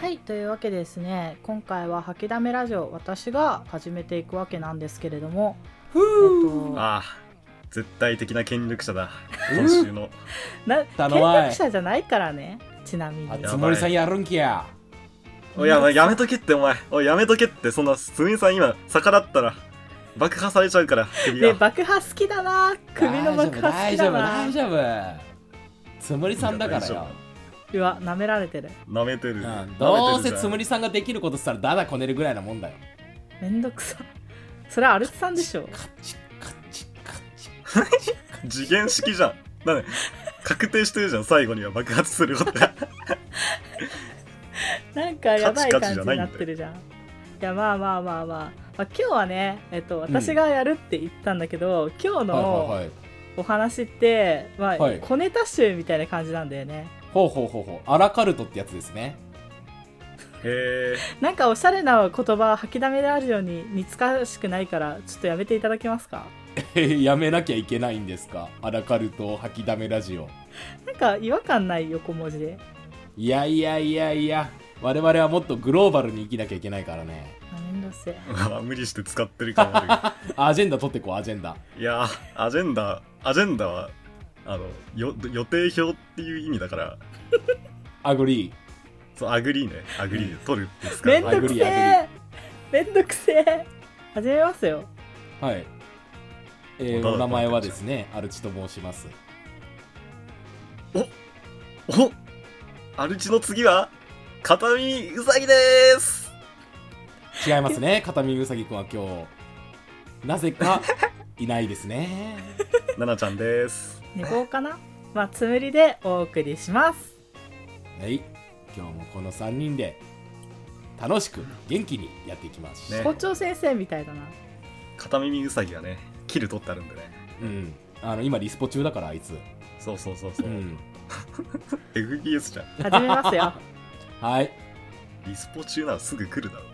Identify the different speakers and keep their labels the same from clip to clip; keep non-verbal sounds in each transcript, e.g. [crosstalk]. Speaker 1: はいというわけでですね今回は「吐きだめラジオ」私が始めていくわけなんですけれども、
Speaker 2: ふう
Speaker 1: えっと、
Speaker 3: ああ絶対的な権力者だ今週の
Speaker 1: な
Speaker 2: た
Speaker 1: 権
Speaker 2: のわい
Speaker 1: 力者じゃないからねちなみに
Speaker 2: あつ森さんやるんきや
Speaker 3: おいややめとけってお前おいやめとけってそんなすみさん今逆らったら爆破されちゃうから首
Speaker 1: で
Speaker 3: が
Speaker 1: 爆破好きだな首の爆破好き
Speaker 2: 大
Speaker 1: だ
Speaker 2: 丈夫
Speaker 1: な
Speaker 2: 大丈夫大丈夫つむりさんだから
Speaker 3: 大丈
Speaker 2: よ
Speaker 3: 夫、
Speaker 1: うわ舐められてる
Speaker 3: なめて
Speaker 2: う
Speaker 3: る、
Speaker 2: ん、どうせつむ
Speaker 3: り
Speaker 2: りさんができることしたらだだこねるぐらいなもんだよ
Speaker 1: めんどくさそれはアルツさんでしょ
Speaker 2: カチカチカチ
Speaker 3: 次元式じゃんなんで確定してるじゃん最後には爆発すること
Speaker 2: [laughs]
Speaker 3: が
Speaker 1: なんかやばい感
Speaker 3: カチカ
Speaker 1: じ
Speaker 3: チじゃ
Speaker 1: に
Speaker 3: ないんだ
Speaker 1: な
Speaker 3: よ
Speaker 1: ってるじゃん。いやまあまあまあまあ、まあ、今日はね、えっと、私がやるって言ったんだけど、今日
Speaker 2: はいは
Speaker 1: の
Speaker 2: いはい
Speaker 1: お話って、まあ
Speaker 2: はい
Speaker 1: 小ネタ集みたいな感じなんだよね
Speaker 2: ほうほうほうほうアラカルトってやつですね [laughs]
Speaker 3: へえ
Speaker 1: なんかおしゃれな言葉吐きだめラジオに似つかしくないからちょっとやめていただけますか
Speaker 2: えやめなきゃいけないんですかアラカルト吐きだめラジオ
Speaker 1: なんか違和感ない横文字で
Speaker 2: いやいやいやいや我々はもっとグローバルに生きなきゃいけないからね
Speaker 1: あめんどくせえ
Speaker 3: まあ無理して使ってるかもあるけど
Speaker 2: アジェンダ取ってこうアジェンダ [laughs]
Speaker 3: いやーアジェンダアジェンダはあのよ予定表っていう意味だから
Speaker 2: アグリー
Speaker 3: そうアグリーねアグリー取るって使
Speaker 1: め
Speaker 3: うんの
Speaker 1: ど
Speaker 2: アグ
Speaker 1: くせ
Speaker 2: リア
Speaker 1: えめんどくせえ始めますよ
Speaker 2: はい。えー、お名前はですね、アルチと申します。
Speaker 3: おアルチの次は片身ウサギでーす
Speaker 2: 違いますね、片耳うさぎくんは今日、なぜかいないですね。
Speaker 3: ナナちゃんでーす
Speaker 1: 寝坊かな [laughs] まあつむりでお送りします
Speaker 2: はい。今日もこの3人で、楽しく、元気にやっていきます。
Speaker 3: ね
Speaker 1: 校長先生みたいだな
Speaker 3: 片耳ウサギはねキル取ってあるんでね
Speaker 2: うん。あの、今、リスポ中だから、あいつ。
Speaker 3: そうそうそうそう、
Speaker 2: うん
Speaker 3: FPS じゃん
Speaker 1: 始めます
Speaker 2: [laughs]
Speaker 1: よ
Speaker 2: はい。
Speaker 3: リスポ中ならすぐ来るだろ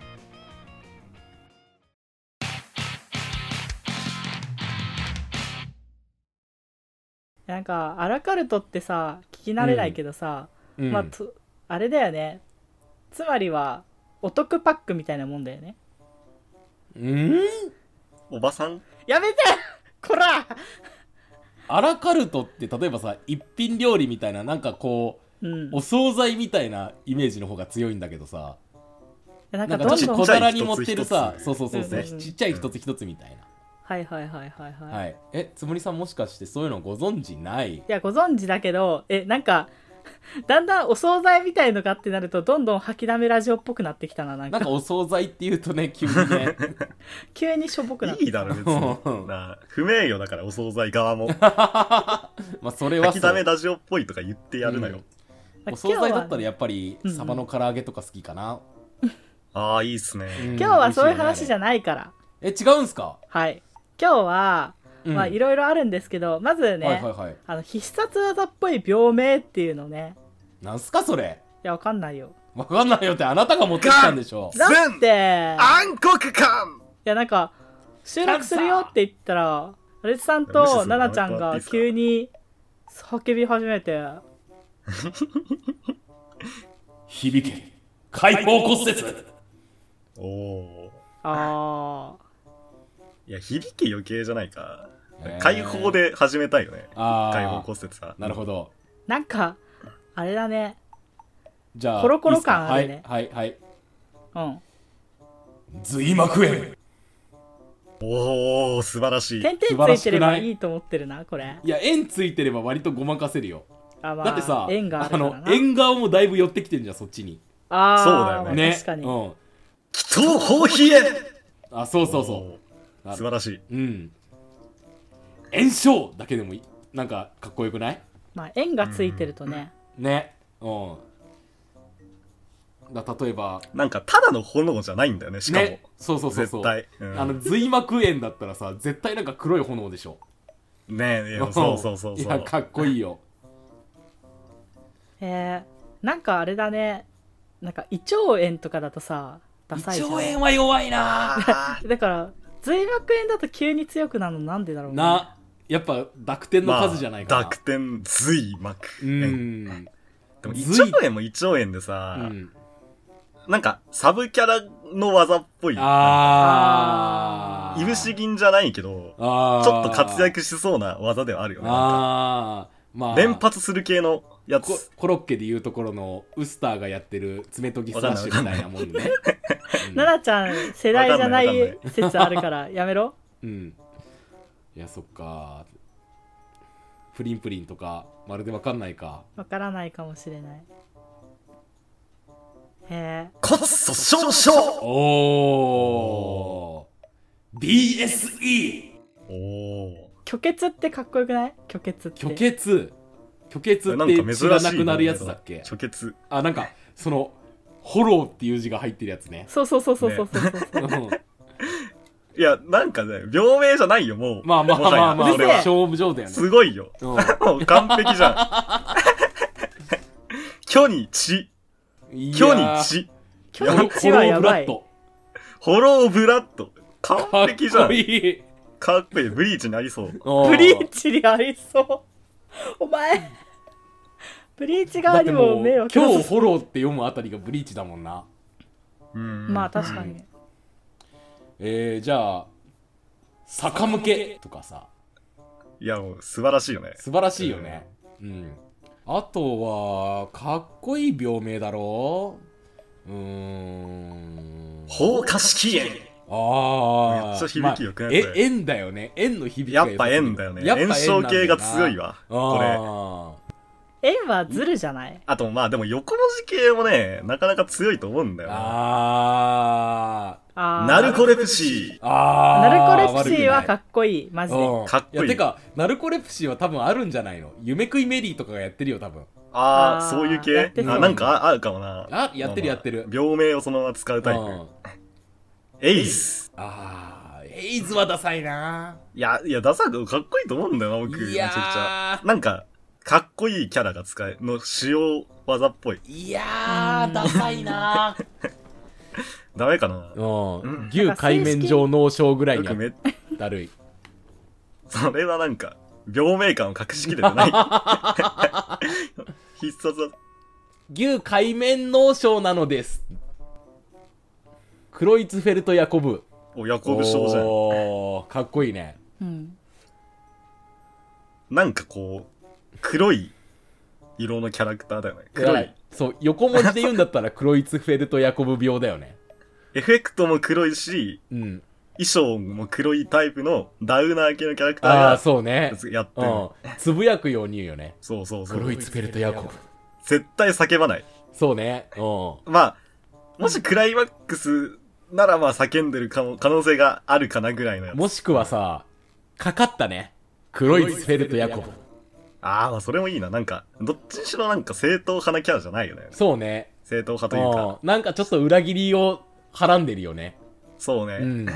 Speaker 1: なんかアラカルトってさ聞き慣れないけどさ、
Speaker 2: うん、
Speaker 1: まあとあれだよねつまりはお得パックみたいなもんだよね
Speaker 2: うん
Speaker 3: おばさん
Speaker 1: やめてこら
Speaker 2: アラカルトって、例えばさ、一品料理みたいな、なんかこう、
Speaker 1: うん
Speaker 2: お惣菜みたいなイメージの方が強いんだけどさ、
Speaker 1: なん
Speaker 2: な
Speaker 1: か
Speaker 2: んか
Speaker 1: どん
Speaker 2: ちょ
Speaker 1: ど
Speaker 2: っ
Speaker 1: ん
Speaker 2: と小
Speaker 1: はい
Speaker 2: 皿に持ってるさ
Speaker 3: ち、っち
Speaker 2: そ
Speaker 3: ゃいう
Speaker 2: そうそうそう、
Speaker 1: うんうん
Speaker 2: ちっちゃい一つ一つみたい
Speaker 1: はいはいはいはい
Speaker 2: な。
Speaker 1: は
Speaker 2: はいい。え、つむりさんもしかしてそういうのご存知ない
Speaker 1: いやご存知だけどえなんか [laughs] だんだんお惣菜みたいのがってなるとどんどん吐きだめラジオっぽくなってきたななん
Speaker 2: な
Speaker 1: か
Speaker 2: んかお惣菜って言うとね、急 [laughs] にね。
Speaker 1: 急にしょぼくなって
Speaker 3: いいだろ別
Speaker 2: うん [laughs]
Speaker 3: になあ不名誉だからお惣菜側も
Speaker 2: まあそれはそ
Speaker 3: 吐き
Speaker 2: う
Speaker 3: だめラジオっぽいとか言ってやるのよ、
Speaker 2: うん
Speaker 1: まあ
Speaker 2: お惣菜だったら
Speaker 1: 今日は
Speaker 2: やっぱり
Speaker 1: うんうん
Speaker 2: サバの唐揚げとか好きかな。
Speaker 3: ああいいっすね、
Speaker 2: 今
Speaker 1: 今日はそういう話じゃ
Speaker 2: ん。
Speaker 1: ないから
Speaker 2: え、違うんすか
Speaker 1: はい今日は
Speaker 2: うん
Speaker 1: まあいろいろあるんですけど、まずね、
Speaker 2: はいはいはい。
Speaker 1: あの必殺技っぽい病名っていうのね
Speaker 2: なんすかそれ
Speaker 1: いやわかんないよ
Speaker 2: わかんないよってあなたが持ってきたんでしょ。
Speaker 1: だって
Speaker 3: 暗黒感
Speaker 1: いやなんか収録するよって言ったらアレツさん
Speaker 3: 無視す
Speaker 1: と
Speaker 3: る
Speaker 1: ナ
Speaker 3: の
Speaker 1: ナちゃん
Speaker 3: や
Speaker 1: が
Speaker 3: めてもらっていいですか
Speaker 1: 急に叫び始めて
Speaker 2: 響け。解放骨折
Speaker 3: おお
Speaker 1: あ
Speaker 3: ーいや響き余計じゃないか
Speaker 2: へー
Speaker 3: 解放で始めたいよね
Speaker 2: あー
Speaker 3: 解放骨折さ
Speaker 2: なるほど。
Speaker 1: ーなんかあれだね
Speaker 2: じゃあ、
Speaker 1: コロコロ感ある
Speaker 2: いいっ
Speaker 1: ね
Speaker 2: すかはいはいはい。
Speaker 1: うん
Speaker 2: 髄膜炎
Speaker 3: おお素晴らしい
Speaker 1: 点
Speaker 2: 素晴
Speaker 1: 々
Speaker 2: ら
Speaker 1: つい
Speaker 2: してく
Speaker 1: れ
Speaker 2: な
Speaker 1: ば
Speaker 2: い
Speaker 1: いいと思ってるなこれ
Speaker 2: いや円ついてれば割とごまかせるよ
Speaker 1: あ、まあ、
Speaker 2: だってさ
Speaker 1: 縁があるから
Speaker 2: の
Speaker 1: な
Speaker 2: 縁側もだいぶ寄ってきてんじゃんそっちに
Speaker 1: あー
Speaker 3: そうだよね
Speaker 1: まあ
Speaker 2: ね
Speaker 1: 確かに、
Speaker 2: うん、
Speaker 3: 祈祷放屁炎
Speaker 2: あそうそうそ
Speaker 3: おー素晴らしいう
Speaker 2: うん炎症だけでもいいなんかかっこよくない
Speaker 1: まあ縁がついてるとね、
Speaker 2: ねうんだ例えば
Speaker 3: なんかただの炎じゃないんだよねしかも、
Speaker 2: ねそうそうそうそう
Speaker 3: 絶対うん
Speaker 2: あの髄膜炎だったらさ絶対なんか黒い炎でしょ
Speaker 3: ねえいやそうそうそうそう
Speaker 2: いやかっこいいよ
Speaker 1: えーなんかあれだねなんか胃腸炎とかだとさダサいじ
Speaker 2: 胃
Speaker 1: ゃん
Speaker 2: 腸炎は弱いな
Speaker 3: あ
Speaker 1: だから髄膜炎だと急に強くなるのなんでだろうね
Speaker 2: なやっぱ濁点
Speaker 3: ー
Speaker 2: の
Speaker 3: まあ
Speaker 2: 数じゃないかな、
Speaker 3: 濁点髄膜
Speaker 2: う
Speaker 3: 炎
Speaker 2: ん
Speaker 3: でも胃
Speaker 2: 髄
Speaker 3: 腸炎も胃腸炎でさ、
Speaker 2: うん
Speaker 3: なんか、サブキャラの技っぽい。
Speaker 2: あー。
Speaker 3: いぶし銀じゃないけど、
Speaker 2: あー
Speaker 3: ちょっと活躍しそうな技ではあるよね。なんか
Speaker 2: あー。まあ。
Speaker 3: 連発する系のや
Speaker 2: コ
Speaker 3: つ。
Speaker 2: コロッケでいうところのウスターがやってる爪研ぎスラッシュみたいなもん
Speaker 3: [laughs]
Speaker 2: ね。
Speaker 1: 奈々ちゃん、世代じゃな
Speaker 3: わかんないわ
Speaker 1: い説あるから、やめろ。
Speaker 2: うん、うん。いや、そっか。プリンプリンとか、まるでわかんないか。
Speaker 1: わからないかもしれない。へえ。
Speaker 3: こっそ少々
Speaker 2: おー。BSE!
Speaker 3: おお
Speaker 1: 虚血ってかっこよくない虚血って。
Speaker 2: 虚血。虚血
Speaker 3: ー。な
Speaker 2: っ
Speaker 3: んか
Speaker 2: て
Speaker 3: 珍し
Speaker 2: 血
Speaker 3: い。
Speaker 2: がなくなるやつだっけ
Speaker 3: 初血。
Speaker 2: あ、なんか、その、ホローっていう字が入ってるやつ
Speaker 3: [laughs]
Speaker 2: ね。
Speaker 1: そうそうそうそうそうそうそう。
Speaker 2: うん
Speaker 3: いや、なんかね、病名じゃないよ、もう。
Speaker 2: まあまあまあまあまあ、
Speaker 3: もはや
Speaker 1: うるせえ
Speaker 2: 俺は勝負上だよね。
Speaker 3: すごいよ。
Speaker 2: う
Speaker 3: もう完璧じゃん。 [laughs] 虚に血。
Speaker 2: んい
Speaker 3: 虚
Speaker 2: や
Speaker 3: に
Speaker 2: ー
Speaker 3: 血。
Speaker 1: 虚血はやばい。
Speaker 2: ホロ
Speaker 3: ホローブラッド。完
Speaker 2: ーブラッド
Speaker 3: 璧じ
Speaker 2: かっ
Speaker 3: ゃ
Speaker 2: こ
Speaker 3: ん。
Speaker 2: いい。
Speaker 3: かっこいい。ブリーチになりそ
Speaker 1: ブ
Speaker 3: う。
Speaker 2: ブ
Speaker 1: リーチにありそう。お前、ブリーチ側にも迷
Speaker 2: 今
Speaker 1: 惑
Speaker 2: 日フォローって読むあたりがブリーチだもんな。
Speaker 3: うん。
Speaker 1: まあ確かに。
Speaker 2: えー、じゃあ、坂向けとかさ、
Speaker 3: いや、もう素晴らしいよね。
Speaker 2: 素晴らしいよね。うん。あとは、かっこいい病名だろうーん。
Speaker 3: 放火式炎。
Speaker 2: ああ。
Speaker 3: めっちゃ響き良くない
Speaker 2: まあ
Speaker 3: こ
Speaker 2: え、
Speaker 3: れ
Speaker 2: 縁だよね。縁の響き
Speaker 3: や
Speaker 2: が
Speaker 3: っ
Speaker 2: 良さ
Speaker 3: ぱ
Speaker 2: すぎる
Speaker 3: 円だよね。
Speaker 2: やっぱ
Speaker 3: 炎症系が強いわ。これ。
Speaker 2: これ。
Speaker 1: 円はズルじゃない
Speaker 3: あと、まあでも横文字系もね、なかなか強いと思うんだよな。
Speaker 2: あ
Speaker 1: あー
Speaker 3: ナルコレプ
Speaker 2: ー。
Speaker 3: シ
Speaker 2: あ
Speaker 1: ナ
Speaker 2: ー。
Speaker 1: ルコレプシーはか
Speaker 2: っ
Speaker 1: っこいい、マジで。
Speaker 2: うん、
Speaker 3: かっこいい
Speaker 2: や、てか、ナルコレプシーは多分あるんじゃないの夢食いメリーとかがやってるよ、多分。
Speaker 3: ー。あ
Speaker 1: あー
Speaker 3: あ、そういう
Speaker 1: や
Speaker 3: 系
Speaker 1: ってそう
Speaker 3: あなんかああるかもな。
Speaker 2: あやってるやってる
Speaker 3: まあまあ病名をそのまま使うタ
Speaker 2: う
Speaker 3: イプ。
Speaker 2: ん
Speaker 3: エイス。
Speaker 2: あー、エイズはダサいない
Speaker 3: や、いや、ダサいけどかっこいいと思うんだよな、僕。め
Speaker 2: い
Speaker 3: ちゃ
Speaker 2: や
Speaker 3: くちゃ。
Speaker 2: ー、
Speaker 3: なんか、かっこいいキャラが使え、の使用技っぽい。
Speaker 2: いやー、ダサいな
Speaker 3: ダメかな
Speaker 2: うん
Speaker 3: ん。
Speaker 2: 牛海面上脳症ぐらい
Speaker 3: よ
Speaker 2: には
Speaker 3: くめ、
Speaker 2: だるい。
Speaker 3: それはなんか、病名感を隠しきれてない。
Speaker 2: [laughs]
Speaker 3: 必殺技。
Speaker 2: 牛海面脳症なのです。クロイツフェルト・ヤコブ。
Speaker 3: お、ヤコブ症じゃん。
Speaker 2: おーかっこいいね。
Speaker 1: うん。
Speaker 3: なんかこう、黒い色のキャラクターだよね。黒
Speaker 2: だか
Speaker 3: い
Speaker 2: ら。そう、横文字で言うんだったら、ク [laughs] ロイツフェルト・ヤコブ病だよね。
Speaker 3: エフェクトも黒いし、
Speaker 2: うん。
Speaker 3: 衣装も黒いタイプのダウナー系のキャラクタ
Speaker 2: ああ、
Speaker 3: ー
Speaker 2: そうね。
Speaker 3: がやって
Speaker 2: う
Speaker 3: る。
Speaker 2: ん。つぶやくように言うよね。
Speaker 3: そうそうそ
Speaker 2: クロイ
Speaker 3: う。
Speaker 2: ツフェルト・ヤコブ。
Speaker 3: 絶対叫ばない。
Speaker 2: そうね。う
Speaker 3: まあ、もしクライマックスならまあ叫んでるかも可能性があるかなぐらいのや
Speaker 2: ん。
Speaker 3: つ。
Speaker 2: もしくはさ、かかったね。クロイツフェルト・ヤコブ。
Speaker 3: ああ、まあそれもいいな。なんか、どっちにしろなんか正統派なキャラじゃないよね。
Speaker 2: そうね。
Speaker 3: 正統派というか。
Speaker 2: うん。なんかちょっと裏切りをはらんでるよね。
Speaker 3: そうね、
Speaker 2: うん。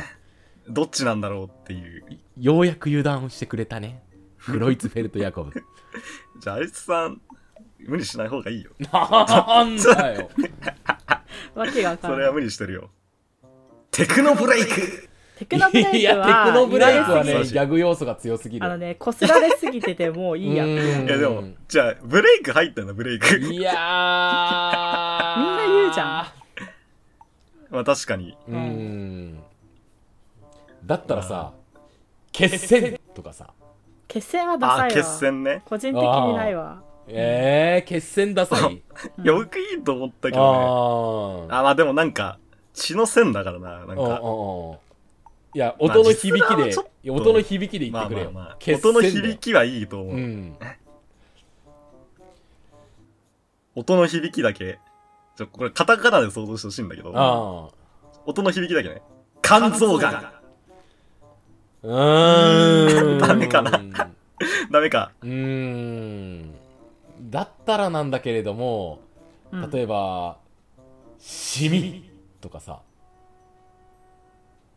Speaker 3: どっちなんだろうっていう。
Speaker 2: ようやく油断をしてくれたね。クロイツフェルト・ヤコブ。
Speaker 3: [laughs] じゃあ、アリスさん、無理しない方がいいよ。
Speaker 2: なんだよ。
Speaker 1: わけがわか
Speaker 3: そ
Speaker 1: ら
Speaker 3: れ
Speaker 1: な。
Speaker 3: はい無理してるよ。テクノブレイク
Speaker 1: テクノブレイクは、
Speaker 2: いや、テクノブレイクは
Speaker 1: 言わ
Speaker 2: ね、
Speaker 1: れす
Speaker 2: ギ
Speaker 1: ぎ
Speaker 2: ャグ要素が強すぎる。
Speaker 1: あのね、こすられすぎててもういいや。
Speaker 2: う
Speaker 1: みん
Speaker 2: ーん
Speaker 3: いやでも、じゃあ、ブレイク入ったんだ、ブレイク。
Speaker 1: [laughs]
Speaker 2: いやー。
Speaker 1: な言うじゃん。
Speaker 3: [laughs] まあ確かに。
Speaker 2: うーん。だったらさ、決戦とかさ。
Speaker 1: 決戦はダ
Speaker 3: あ
Speaker 1: サい
Speaker 3: あ、
Speaker 1: わ。
Speaker 3: 決戦ね。
Speaker 1: 個人的にないわ。
Speaker 2: えー、決戦ださい。
Speaker 3: いや、僕いいと思ったけ
Speaker 2: あ
Speaker 3: どね。
Speaker 2: ー。
Speaker 3: あ、まあでもなんか、血の線だからな、なん
Speaker 2: うんうん
Speaker 3: か。
Speaker 2: うんいや、音の響
Speaker 3: まあ
Speaker 2: き
Speaker 3: 実は
Speaker 2: で
Speaker 3: ちょっと、
Speaker 2: いや音の響きで言って
Speaker 3: まあ
Speaker 2: く
Speaker 3: ま
Speaker 2: れ
Speaker 3: あ
Speaker 2: よ
Speaker 3: まあ。。
Speaker 2: 決戦
Speaker 3: 音
Speaker 2: だ
Speaker 3: の
Speaker 2: よ
Speaker 3: 響きはいいと思
Speaker 2: う
Speaker 3: う。
Speaker 2: ん。
Speaker 3: 音の響きだけ。ちょ、これカタカナで想像してほしいんだけど。
Speaker 2: あ
Speaker 3: 音の響きだけね。肝臓が
Speaker 2: ー。うーん。
Speaker 3: [laughs] ダメかなダメか。
Speaker 2: うーん。だったらなんだけれども、
Speaker 1: うん
Speaker 2: 例えば、シミとかさ、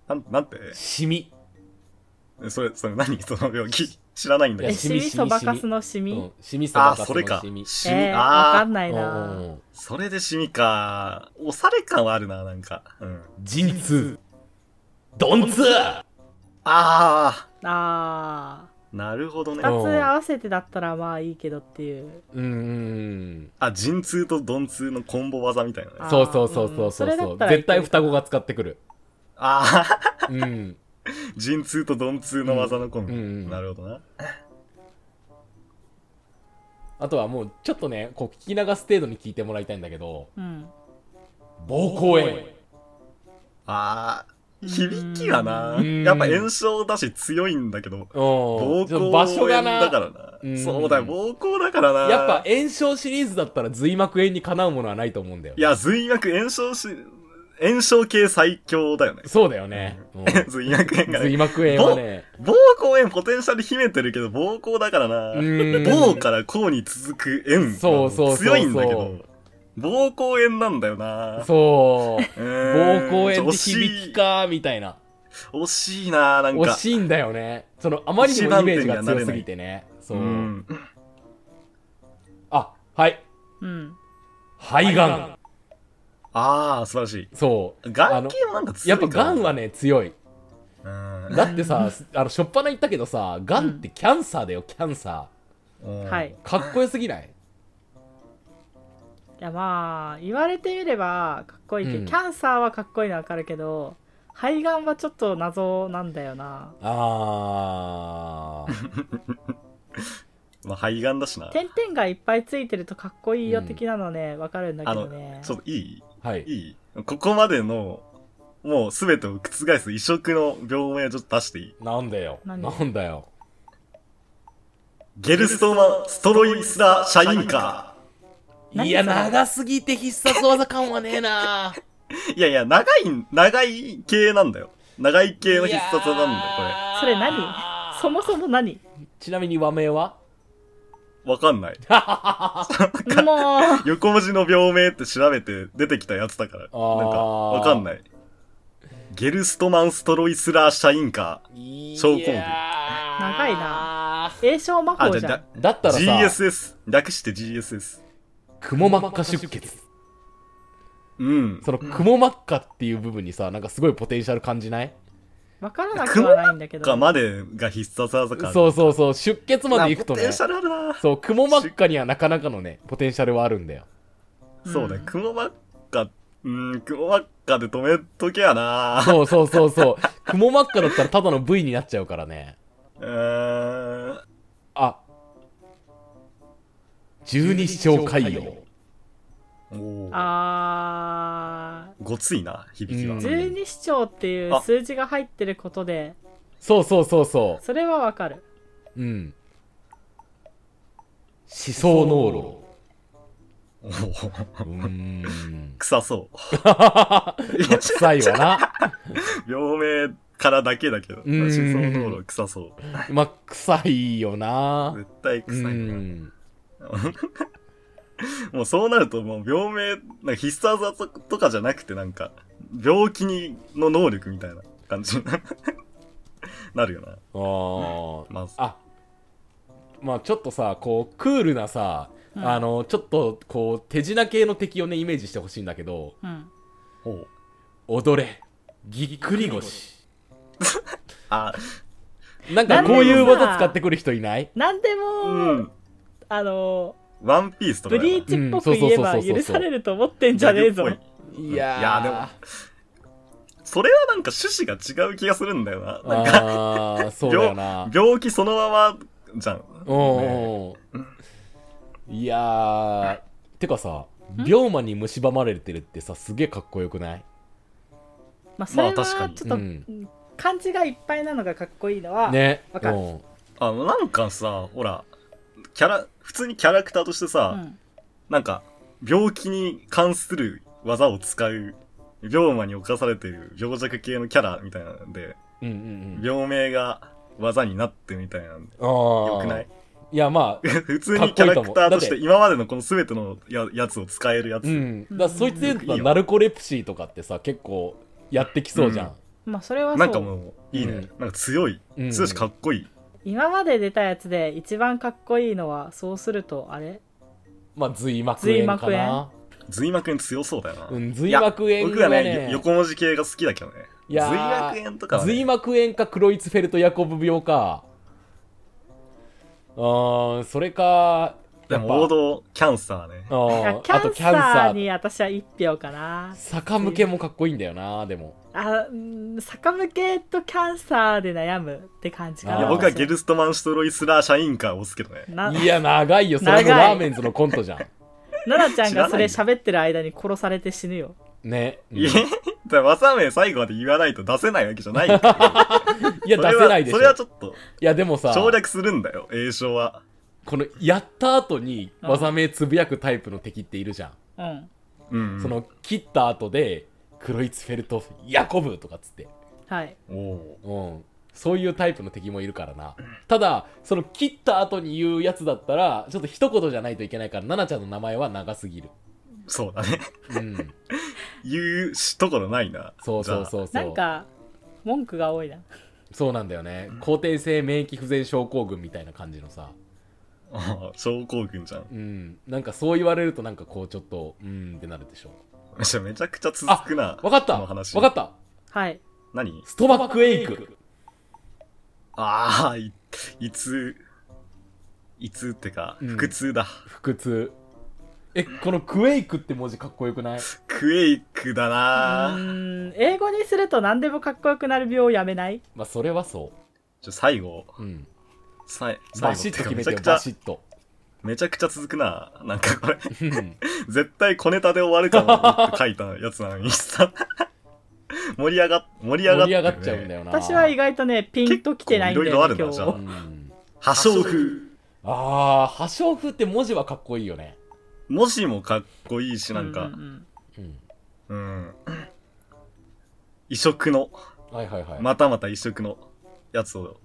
Speaker 3: なん、なんて
Speaker 2: シミ。
Speaker 3: それ、それ何 [laughs] その病気。知らないんだ
Speaker 2: い
Speaker 1: え、
Speaker 3: け
Speaker 2: や
Speaker 3: ど。
Speaker 1: シミそばかすのシ
Speaker 2: う
Speaker 1: ミ
Speaker 2: ん、シミそ
Speaker 3: あ
Speaker 2: ば
Speaker 3: あ、
Speaker 2: かす
Speaker 3: それ
Speaker 2: の
Speaker 3: か
Speaker 2: シミ。。
Speaker 3: シミ。
Speaker 1: えー、わか
Speaker 3: あ
Speaker 1: ん
Speaker 3: あ、
Speaker 1: ないうなん
Speaker 3: それでシミか。おされ感はあるな、なんか。うん。
Speaker 2: 陣痛。ドンツー
Speaker 3: ああ、
Speaker 1: あー。
Speaker 3: なるほどね
Speaker 2: あ
Speaker 1: 2つ合わせてだったらまあいいけどっていう
Speaker 2: うんうん
Speaker 3: あ陣痛と鈍痛のコンボ技みたいなね
Speaker 2: う
Speaker 1: あ
Speaker 2: ん
Speaker 1: ー
Speaker 2: そうそうそうそううん
Speaker 1: そ
Speaker 2: そう
Speaker 1: れ
Speaker 2: そ
Speaker 1: だ
Speaker 2: う
Speaker 1: ったらいける
Speaker 2: 絶対双子が使ってくる
Speaker 3: ああ
Speaker 2: うん
Speaker 3: 陣痛と鈍痛の技のコンボ、
Speaker 2: うんうん
Speaker 3: なるほどな
Speaker 2: あとはもうちょっとねこう聞き流す程度に聞いてもらいたいんだけど
Speaker 1: うん
Speaker 2: 膀胱炎
Speaker 3: あー響きがな
Speaker 2: うん
Speaker 3: やっぱ炎症だし強いんだけど
Speaker 2: う
Speaker 3: 膀
Speaker 2: んちょっと
Speaker 3: 胱
Speaker 2: 場所がな
Speaker 3: だからな
Speaker 2: うん
Speaker 3: そうだよ膀胱だからな
Speaker 2: やっぱ炎症シリーズだったら髄膜炎にかなうものはないと思うんだよ
Speaker 3: いや髄膜炎症し炎症系最強だ
Speaker 2: [laughs]
Speaker 3: よね
Speaker 2: そうだよね、うん
Speaker 3: 髄膜炎がね
Speaker 2: 髄膜炎はね
Speaker 3: 膀胱炎ポテンシャル秘めてるけど膀胱だからな、
Speaker 2: うん
Speaker 3: 膀から胱に続く炎
Speaker 2: そうそうそうそう
Speaker 3: 強いんだけど膀胱炎なんだよな
Speaker 2: そう
Speaker 3: う
Speaker 2: 膀
Speaker 3: ーん
Speaker 2: 胱炎
Speaker 3: ちょ
Speaker 2: って響きかみたいな
Speaker 3: 惜しい惜しいななん
Speaker 2: 惜
Speaker 3: か
Speaker 2: しいんだよねそのあまりにもイメージが強すぎてねそうう、
Speaker 3: ん
Speaker 2: あはい
Speaker 1: うん
Speaker 2: 肺がん
Speaker 3: ああ素晴らしい
Speaker 2: そう
Speaker 3: が
Speaker 2: あ
Speaker 3: ん
Speaker 2: の
Speaker 3: 系はなんか強
Speaker 2: や
Speaker 3: い
Speaker 2: っ
Speaker 3: か
Speaker 2: ぱがんはね強い
Speaker 3: うん
Speaker 2: だって [laughs] さあのしょっぱな言ったけどさがんってキャンサーだよキャンサ
Speaker 3: うん
Speaker 1: はい
Speaker 2: ーかっこよすぎない
Speaker 1: いやまあ言われてみればかっこいいけど、
Speaker 2: うん
Speaker 1: キャンサーはかっこいいのわかるけど肺がんはちょっと謎なんだよな
Speaker 2: あー
Speaker 3: まあ肺がんだしな
Speaker 1: 点々がいっぱいついてるとかっこいいよ的なのねわかるんだけどね
Speaker 3: ちょっとい
Speaker 2: [laughs] はい
Speaker 3: いいいここまでのもう全てを覆す異色の病名をちょっと出していい
Speaker 2: なんだよ
Speaker 1: 何
Speaker 2: なんだよ
Speaker 3: ゲルストマストロイスラシャインカ
Speaker 2: い
Speaker 1: 何
Speaker 2: や
Speaker 1: それ
Speaker 2: 長すぎて必殺技感はねえな
Speaker 3: ーいやいや長い長い系なんだよ長い系の必殺技なんだよこれ
Speaker 1: それ何そもそも何
Speaker 2: ちなみに和名は
Speaker 3: わかんない。
Speaker 1: もう
Speaker 3: 横文字の病名って調べて出てきたやつだから。なんか、
Speaker 2: ー
Speaker 3: わかんない。ゲルストマンストロイスラーシャインカ
Speaker 2: 超
Speaker 3: 超コンビ
Speaker 1: 長い
Speaker 2: な
Speaker 1: 栄唱魔
Speaker 3: ー。あ、
Speaker 1: 法
Speaker 3: じ
Speaker 1: じゃ
Speaker 3: ゃ
Speaker 1: ん
Speaker 2: だっ
Speaker 3: あ、
Speaker 2: たらさ、
Speaker 3: GSS。略して GSS。
Speaker 2: くも膜下出血
Speaker 3: うん。
Speaker 2: そのくも膜下っていう部分にさなんかすごいポテンシャル感じない
Speaker 1: わからなくはないんだけど
Speaker 3: かまでが必殺技か。
Speaker 2: そうそうそう出血までいくと
Speaker 3: なポ
Speaker 2: ね
Speaker 3: テンシャルあるな。
Speaker 2: そうくも膜下にはなかなかのねポテンシャルはあるんだよ
Speaker 3: そうね。雲ばっか、うん、雲ばっかで止めとけやな。
Speaker 2: そうそうそうそう [laughs] くも膜下だったらただの V になっちゃうからね
Speaker 3: うーん。
Speaker 2: あ十二指腸潰瘍
Speaker 3: おー
Speaker 1: あ
Speaker 3: ごついな、響き
Speaker 2: う
Speaker 1: ー
Speaker 2: ん
Speaker 3: が。
Speaker 1: 十二指腸っていう数字が入ってることで
Speaker 2: そうそうそうそ
Speaker 1: それはわかる
Speaker 2: ううん思想脳炉
Speaker 3: おー
Speaker 2: うーん [laughs]
Speaker 3: 臭そう。
Speaker 2: 臭いわな
Speaker 3: [laughs] 病名からだけだけど、
Speaker 2: うん
Speaker 3: 思想道路臭そう。
Speaker 2: まあ、臭いよな
Speaker 3: 絶対
Speaker 2: う
Speaker 3: 臭いな、
Speaker 2: ん。
Speaker 3: もうそうなるともう病名、なんか必殺技とかじゃなくてなんか、病気にの能力みたいな感じに [laughs] なるよな。
Speaker 2: あー
Speaker 3: まず。
Speaker 2: あ。まあ、ちょっとさ、こう、クールなさ、
Speaker 1: うん
Speaker 2: あの、ちょっと、こう、手品系の敵をね、イメージしてほしいんだけど、
Speaker 1: うん
Speaker 3: ほう。
Speaker 2: 踊れ、ぎっくり腰。
Speaker 3: あ、
Speaker 2: なんか、こういう技使ってくる人いない
Speaker 1: なんで
Speaker 3: う
Speaker 1: も、
Speaker 3: ん。
Speaker 1: あの
Speaker 3: ワンピースとか
Speaker 1: ブ
Speaker 3: だよ
Speaker 1: リ
Speaker 3: な
Speaker 1: ーチっぽく言えば許されると思ってんじゃねえぞ
Speaker 3: ギャグっぽい
Speaker 2: い
Speaker 3: いやーでも
Speaker 2: や
Speaker 3: それはなんか趣旨が違う気がするんだよな。
Speaker 2: ー、
Speaker 3: なんか
Speaker 2: あー、そうだよな
Speaker 3: 病。病気そのままじゃん。
Speaker 2: おうんうん。いやー、てかさ、病魔に蝕まれてるってさ、すげえかっこよくない
Speaker 1: まあそれ
Speaker 3: まあ確か
Speaker 1: は
Speaker 3: に
Speaker 1: ちょっと
Speaker 2: うん
Speaker 1: 漢字がいっぱいなのがかっこいいのは、
Speaker 2: ね。
Speaker 1: わかる
Speaker 2: うん
Speaker 3: あの、なんかさ、ほら、キャラ、普通にキャラクターとしてさ、
Speaker 1: うん
Speaker 3: なんか、病気に関する技を使う、病魔に侵されている病弱系のキャラみたいなんで、
Speaker 2: うんうんうん。
Speaker 3: 病名が技になってみたいなんで、 [laughs]
Speaker 2: あー
Speaker 3: よくない
Speaker 2: いや、まあ、
Speaker 3: 普通にキャラクターとし
Speaker 2: かっこいいと思うだって
Speaker 3: て今までのこの全てのややつを使えるやつ。
Speaker 2: うん。
Speaker 3: [laughs]
Speaker 2: だからそいつで言う
Speaker 3: いい
Speaker 2: と、
Speaker 3: よ
Speaker 2: ナルコレプシーとかってさ、結構やってきそうじゃん。
Speaker 1: まあそれはそう
Speaker 3: なんかもう、いいね。
Speaker 2: うん
Speaker 3: なんか強い。
Speaker 2: うん
Speaker 3: 強いしかっこいい。
Speaker 1: 今まで出たやつで一番かっこいいのはそうするとあれ
Speaker 2: まあ、髄膜炎か
Speaker 1: 髄
Speaker 2: な
Speaker 1: 膜。
Speaker 3: 髄膜炎強そうだよな。
Speaker 2: うん、髄膜炎
Speaker 3: いや僕
Speaker 2: は
Speaker 3: は
Speaker 2: ね
Speaker 3: ね、よ横文字系が好きだけどね。
Speaker 2: い
Speaker 3: 髄
Speaker 2: やー
Speaker 3: 膜炎とかは、ね。
Speaker 2: 髄膜炎かクロイツフェルト・ヤコブ病か。ーんそれか
Speaker 3: で
Speaker 2: やっ
Speaker 3: も
Speaker 2: ぱ
Speaker 3: 王道キャンサーね
Speaker 2: あ
Speaker 1: いや
Speaker 2: ー
Speaker 1: キ
Speaker 2: あ
Speaker 1: ャ
Speaker 2: と
Speaker 1: ン
Speaker 2: キ
Speaker 1: サ
Speaker 2: ャンサ
Speaker 1: ー
Speaker 2: ー
Speaker 1: に私は1票かな
Speaker 2: 坂向けもかっこいいんだよなでも
Speaker 1: あうん坂向けとキャンサーで悩むって感じか
Speaker 2: あ
Speaker 1: ない
Speaker 2: ー
Speaker 3: や僕はゲルストマンシュトロイスラーシャインカーを押すけどね
Speaker 1: ない
Speaker 2: や長いよそれ
Speaker 1: 長い
Speaker 2: もラーメンズのコントじゃん
Speaker 1: 奈々ちゃん
Speaker 3: 知らな
Speaker 1: が
Speaker 3: い
Speaker 1: それ喋ってる間に殺されて死ぬよ
Speaker 2: ね、うん
Speaker 3: いや、だからわさめ最後まで言わないと出せないわけじゃないから。
Speaker 2: いや
Speaker 3: そ
Speaker 2: [laughs] 出
Speaker 3: れは
Speaker 2: せないでしょ
Speaker 3: それはちょっ
Speaker 2: [laughs]
Speaker 3: と、
Speaker 2: いやでもさ
Speaker 3: 省略するんだよ、栄翔は。
Speaker 2: このやった後に
Speaker 1: うん
Speaker 2: 技名つぶやくタイプの敵っているじゃん、
Speaker 1: うん
Speaker 3: うん。
Speaker 2: そ、の切った後でクロイツフェルト・ヤコブとかっつって、
Speaker 1: はい
Speaker 3: おお
Speaker 2: うん、そういうタイプの敵もいるからなただその切った後に言うやつだったらちょっと一言じゃないといけないから奈々ちゃんの名前は長すぎる
Speaker 3: ー。そうだね。 [laughs]
Speaker 2: うん
Speaker 3: 言うしところないな。
Speaker 2: そうそうそうそ
Speaker 1: な
Speaker 2: うん
Speaker 1: か文句が多いな
Speaker 2: そうなんだよね後天性免疫不全症候群みたいな感じのさ
Speaker 3: じゃあ。症候群じゃん。
Speaker 2: うんなんかそう言われるとなんかこうちょっとうんってなるでしょ
Speaker 3: めちゃめちゃくちゃ続くな。
Speaker 2: わかった
Speaker 3: こ
Speaker 2: わ
Speaker 3: の
Speaker 2: か
Speaker 3: 話。
Speaker 2: った
Speaker 1: はい
Speaker 3: 何
Speaker 2: ストバックエイク
Speaker 3: ああ、いいつ、いつってか、
Speaker 2: うん
Speaker 3: 腹痛だ。
Speaker 2: 腹痛えこのクエイクって文字かっこよくない
Speaker 3: クエイク
Speaker 1: う
Speaker 3: だなー
Speaker 1: ーん英語にすると何でもかっこよくなる病をやめない
Speaker 2: まあそれはそ
Speaker 3: ちょ、最後、
Speaker 2: ううん
Speaker 3: さい最
Speaker 2: バ
Speaker 3: 後
Speaker 2: シッと
Speaker 3: か
Speaker 2: 決め
Speaker 3: め
Speaker 2: て
Speaker 3: ちゃ
Speaker 2: よ
Speaker 3: くち
Speaker 2: バ
Speaker 3: ゃ
Speaker 2: シ、ッ
Speaker 3: [laughs]
Speaker 2: と
Speaker 3: めちゃくちゃ続くな。なんかこれ、 [laughs]
Speaker 2: うん
Speaker 3: 絶対小ネタで終わるかなと思って書いたやつなのにさ [laughs] 盛り上がっ盛り上が
Speaker 2: 盛
Speaker 3: っ,、
Speaker 2: り上がっちゃうんだ
Speaker 3: よ
Speaker 2: よな
Speaker 1: 私は意外とねピンときてないんだよ、ね、今
Speaker 3: 結構いろいろあるな
Speaker 1: 日
Speaker 3: じゃ
Speaker 2: う
Speaker 3: あ
Speaker 2: ん
Speaker 3: 破傷風
Speaker 2: ああ破傷風って文字はかっこいいよね
Speaker 3: 文字もかっこいいしな
Speaker 1: う
Speaker 3: ん
Speaker 1: う
Speaker 3: か
Speaker 1: うん
Speaker 2: うん
Speaker 3: うん、異色の
Speaker 2: はいはいはい、
Speaker 3: またまた異色のやつを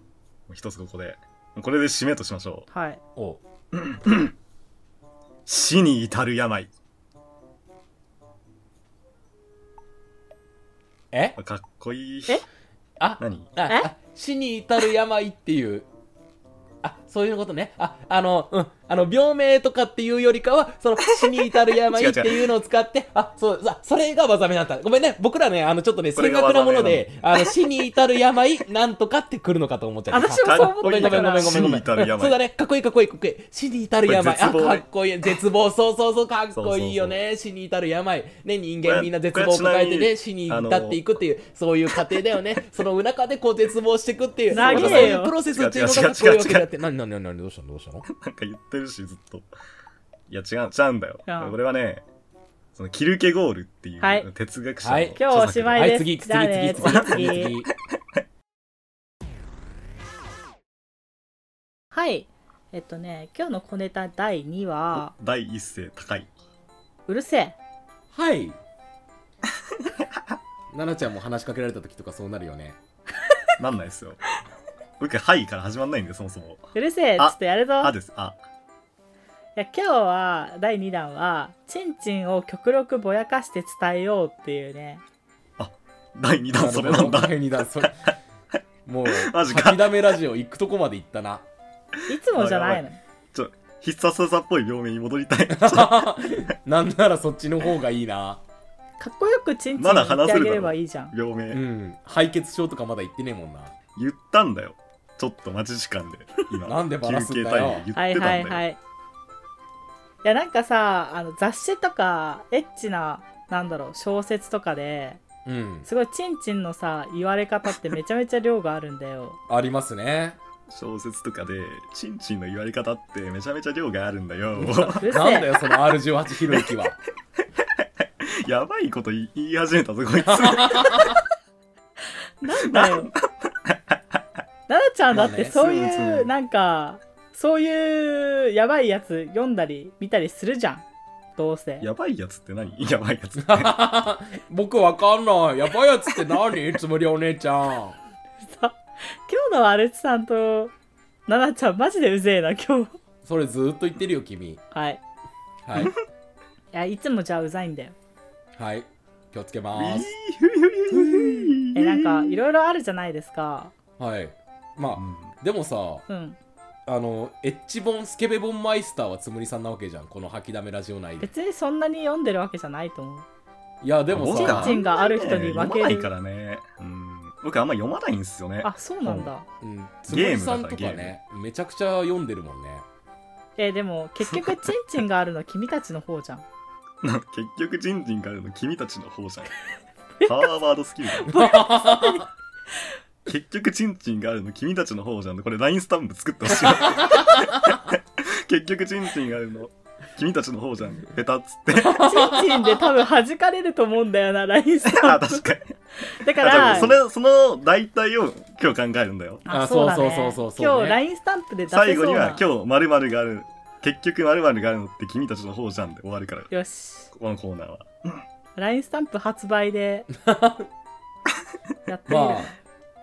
Speaker 3: 一つここでこれで締めとしましょう
Speaker 1: はい
Speaker 2: お
Speaker 3: 死に至る病
Speaker 2: え
Speaker 3: かっこいい
Speaker 1: え
Speaker 2: あ
Speaker 3: 何
Speaker 2: ああ死に至る病っていうあそういうことねああのうんあの病名とかっていうよりかはその死に至る
Speaker 3: 違
Speaker 2: 病
Speaker 3: う違う
Speaker 2: っていうのを使
Speaker 3: [laughs]
Speaker 2: ってあそうあそれが技名だったごめんね僕らねあのちょっとね
Speaker 3: こ
Speaker 2: 正
Speaker 3: れが
Speaker 2: 確なもの
Speaker 3: 技名
Speaker 2: であの死に至る病なんとかってくるのかと思っちゃった
Speaker 1: 私もそう思ってた
Speaker 2: ごめ
Speaker 1: か
Speaker 2: んごめ
Speaker 1: ら
Speaker 2: んごめんごめん。
Speaker 3: 死に至る病
Speaker 2: そうだね。かっこいいかっこいいかっこいい。死に至る病。あ、
Speaker 3: これ絶望
Speaker 2: か
Speaker 3: ね
Speaker 2: っこいい。絶
Speaker 3: [laughs]
Speaker 2: 望。そうそうそう、かっこいいよね。死に至る病。ね、人間みんな絶望を抱えて
Speaker 3: これ
Speaker 2: ね、
Speaker 3: は
Speaker 2: 死
Speaker 3: ち
Speaker 2: に
Speaker 3: なみに
Speaker 2: 至っていくっていう、そういう過程だよ
Speaker 3: [laughs]
Speaker 2: ね。その中でこう絶望していくっていう、
Speaker 1: 長え
Speaker 2: そ
Speaker 1: よ
Speaker 2: ういうプロセスっていうのがかっこいいわけだって。なになになになにどうしたのどうしたの
Speaker 3: なんか言ってるしずっといや違う違うんだよ
Speaker 1: あ
Speaker 3: 俺はねそのキルケゴールっていう、
Speaker 1: はい
Speaker 3: 哲学者の
Speaker 2: はい
Speaker 1: 今
Speaker 3: 著
Speaker 1: 日
Speaker 3: 作
Speaker 1: おしま
Speaker 2: はいい、
Speaker 1: です、
Speaker 2: 次、次、
Speaker 1: じゃあね
Speaker 2: 次、次、
Speaker 1: 次
Speaker 2: 次、
Speaker 1: 次
Speaker 2: 次。
Speaker 1: はいえっとね今日の小ネタ第2話
Speaker 3: 第一声高い。
Speaker 1: うるせえ
Speaker 2: [laughs] はい。奈々ちゃんも話しかけられた時とかそうなるよね。
Speaker 3: なんないですよ。僕、はいから始まんないんで、そもそも。
Speaker 1: うるせえちょ
Speaker 3: あ
Speaker 1: っとやるぞ
Speaker 3: あです。あ。
Speaker 1: いや今日は第2弾はチンチンを極力ぼやかして伝えようっていうね
Speaker 3: 第2弾それなんだ。
Speaker 2: 第二弾、そ
Speaker 3: [laughs]
Speaker 2: れ。もう、
Speaker 3: マジか
Speaker 2: 吐きだめラジオ行くとこまで行ったな。
Speaker 1: いつもじゃないの
Speaker 3: ちょ、必殺技っぽい病名に戻り
Speaker 2: [laughs]
Speaker 3: たい。
Speaker 2: なんならそっちの方がいいな。
Speaker 1: かっこよくチンチン言
Speaker 3: まだ
Speaker 1: ってあ
Speaker 3: 話せるだ
Speaker 1: げ
Speaker 3: ろ
Speaker 1: ればいいじゃん
Speaker 3: 病
Speaker 2: う
Speaker 3: 名。
Speaker 2: ん。敗血症とかまだ言ってねえもんな。
Speaker 3: 言ったんだよ。ちょっと待ち時間で。今。
Speaker 2: なんでバラすんだよ
Speaker 3: 休憩タ
Speaker 1: は
Speaker 3: イ
Speaker 1: い
Speaker 3: ムで言ってたんだ
Speaker 1: は
Speaker 3: よ。
Speaker 1: いはいいやなんかさあの雑誌とかエッチななんだろう小説とかで
Speaker 2: うん。
Speaker 1: すごいチンチンのさ言われ方ってめちゃめちゃ量があるんだよ
Speaker 2: ありますね。
Speaker 3: 小説とかで、チンチンの言われ方ってめちゃめちゃ量があるんだよ。 [laughs]
Speaker 1: うるせ
Speaker 2: なんだ
Speaker 1: え
Speaker 2: よ、その R18 ひろゆきは。
Speaker 3: やばいこと言い言い始めた
Speaker 2: [laughs]
Speaker 3: ぞ、こいつ。
Speaker 1: なんだよ奈々ちゃんだってそう
Speaker 3: まあねそうそう
Speaker 1: い
Speaker 3: そう
Speaker 1: うなんかそういうやばいやつ読んだり見たりするじゃんどうせ
Speaker 3: やばいやつって何やばいや
Speaker 2: [laughs]
Speaker 3: つって。
Speaker 2: 僕わかんない。やばいやつって何つむりお姉ちゃん。
Speaker 1: さ今日のアルチさんと奈々ちゃんマジでうぜえな今日
Speaker 2: それずーっと言ってるよ、君。
Speaker 1: はい
Speaker 2: はい。
Speaker 1: いやいつもじゃあうざいんだよ
Speaker 2: はい。気をつけ
Speaker 3: ウ
Speaker 2: ま
Speaker 3: ィー
Speaker 2: す。
Speaker 3: フィフィフィフィ
Speaker 1: えなんかいろいろあるじゃないですか
Speaker 2: はい。
Speaker 3: う
Speaker 2: ま
Speaker 3: ん
Speaker 2: あ、でもさ、
Speaker 1: うん
Speaker 2: あの、エッチ本、スケベ本マイスターはつむりさんなわけじゃん。この吐きだめラジオ内で。
Speaker 1: 別にそんなに読んでるわけじゃないと思う
Speaker 2: いや、でも
Speaker 3: 文字
Speaker 1: チン
Speaker 2: さ
Speaker 1: チ、ンがある人に負ける
Speaker 3: 読まないからね。うん。僕あんま読まないんですよね。
Speaker 1: あそうなんだ、
Speaker 2: うん、つむ
Speaker 3: ゲームだから
Speaker 2: ぎさんとかねめちゃくちゃ読んでるもんね
Speaker 1: えーでも結局チンチンがあるの君たちの方じゃん
Speaker 3: 結局、ジンジンからの君たちの方じゃん。パワーワードスキルだよ。
Speaker 1: [laughs]
Speaker 3: 結局、チンチンがあるの君たちの方じゃん。これ、ラインスタンプ作ってほしい。
Speaker 1: [laughs]
Speaker 3: 結局、チンチンがあるの君たちの方じゃん。下手っ
Speaker 1: [laughs]
Speaker 3: つって。
Speaker 1: チンチンで多分弾かれると思うんだよなラインスタ
Speaker 3: [laughs] あ、
Speaker 1: ンプ
Speaker 3: 確かに。
Speaker 1: だか
Speaker 3: あ多
Speaker 1: ら
Speaker 3: 分それ、その代替を今日考えるんだよ。
Speaker 1: あ
Speaker 2: あ
Speaker 1: そうだ、ね、
Speaker 2: そうそうそうそうそうね
Speaker 1: 今日ラインスタンプで出せそうな
Speaker 3: 最後には、今日、〇〇がある。結局、〇〇があるのって君たちの方じゃんで終わるから、
Speaker 1: よし
Speaker 3: このコーナーは。
Speaker 1: ラインスタンプ発売でやってみる、
Speaker 2: まあ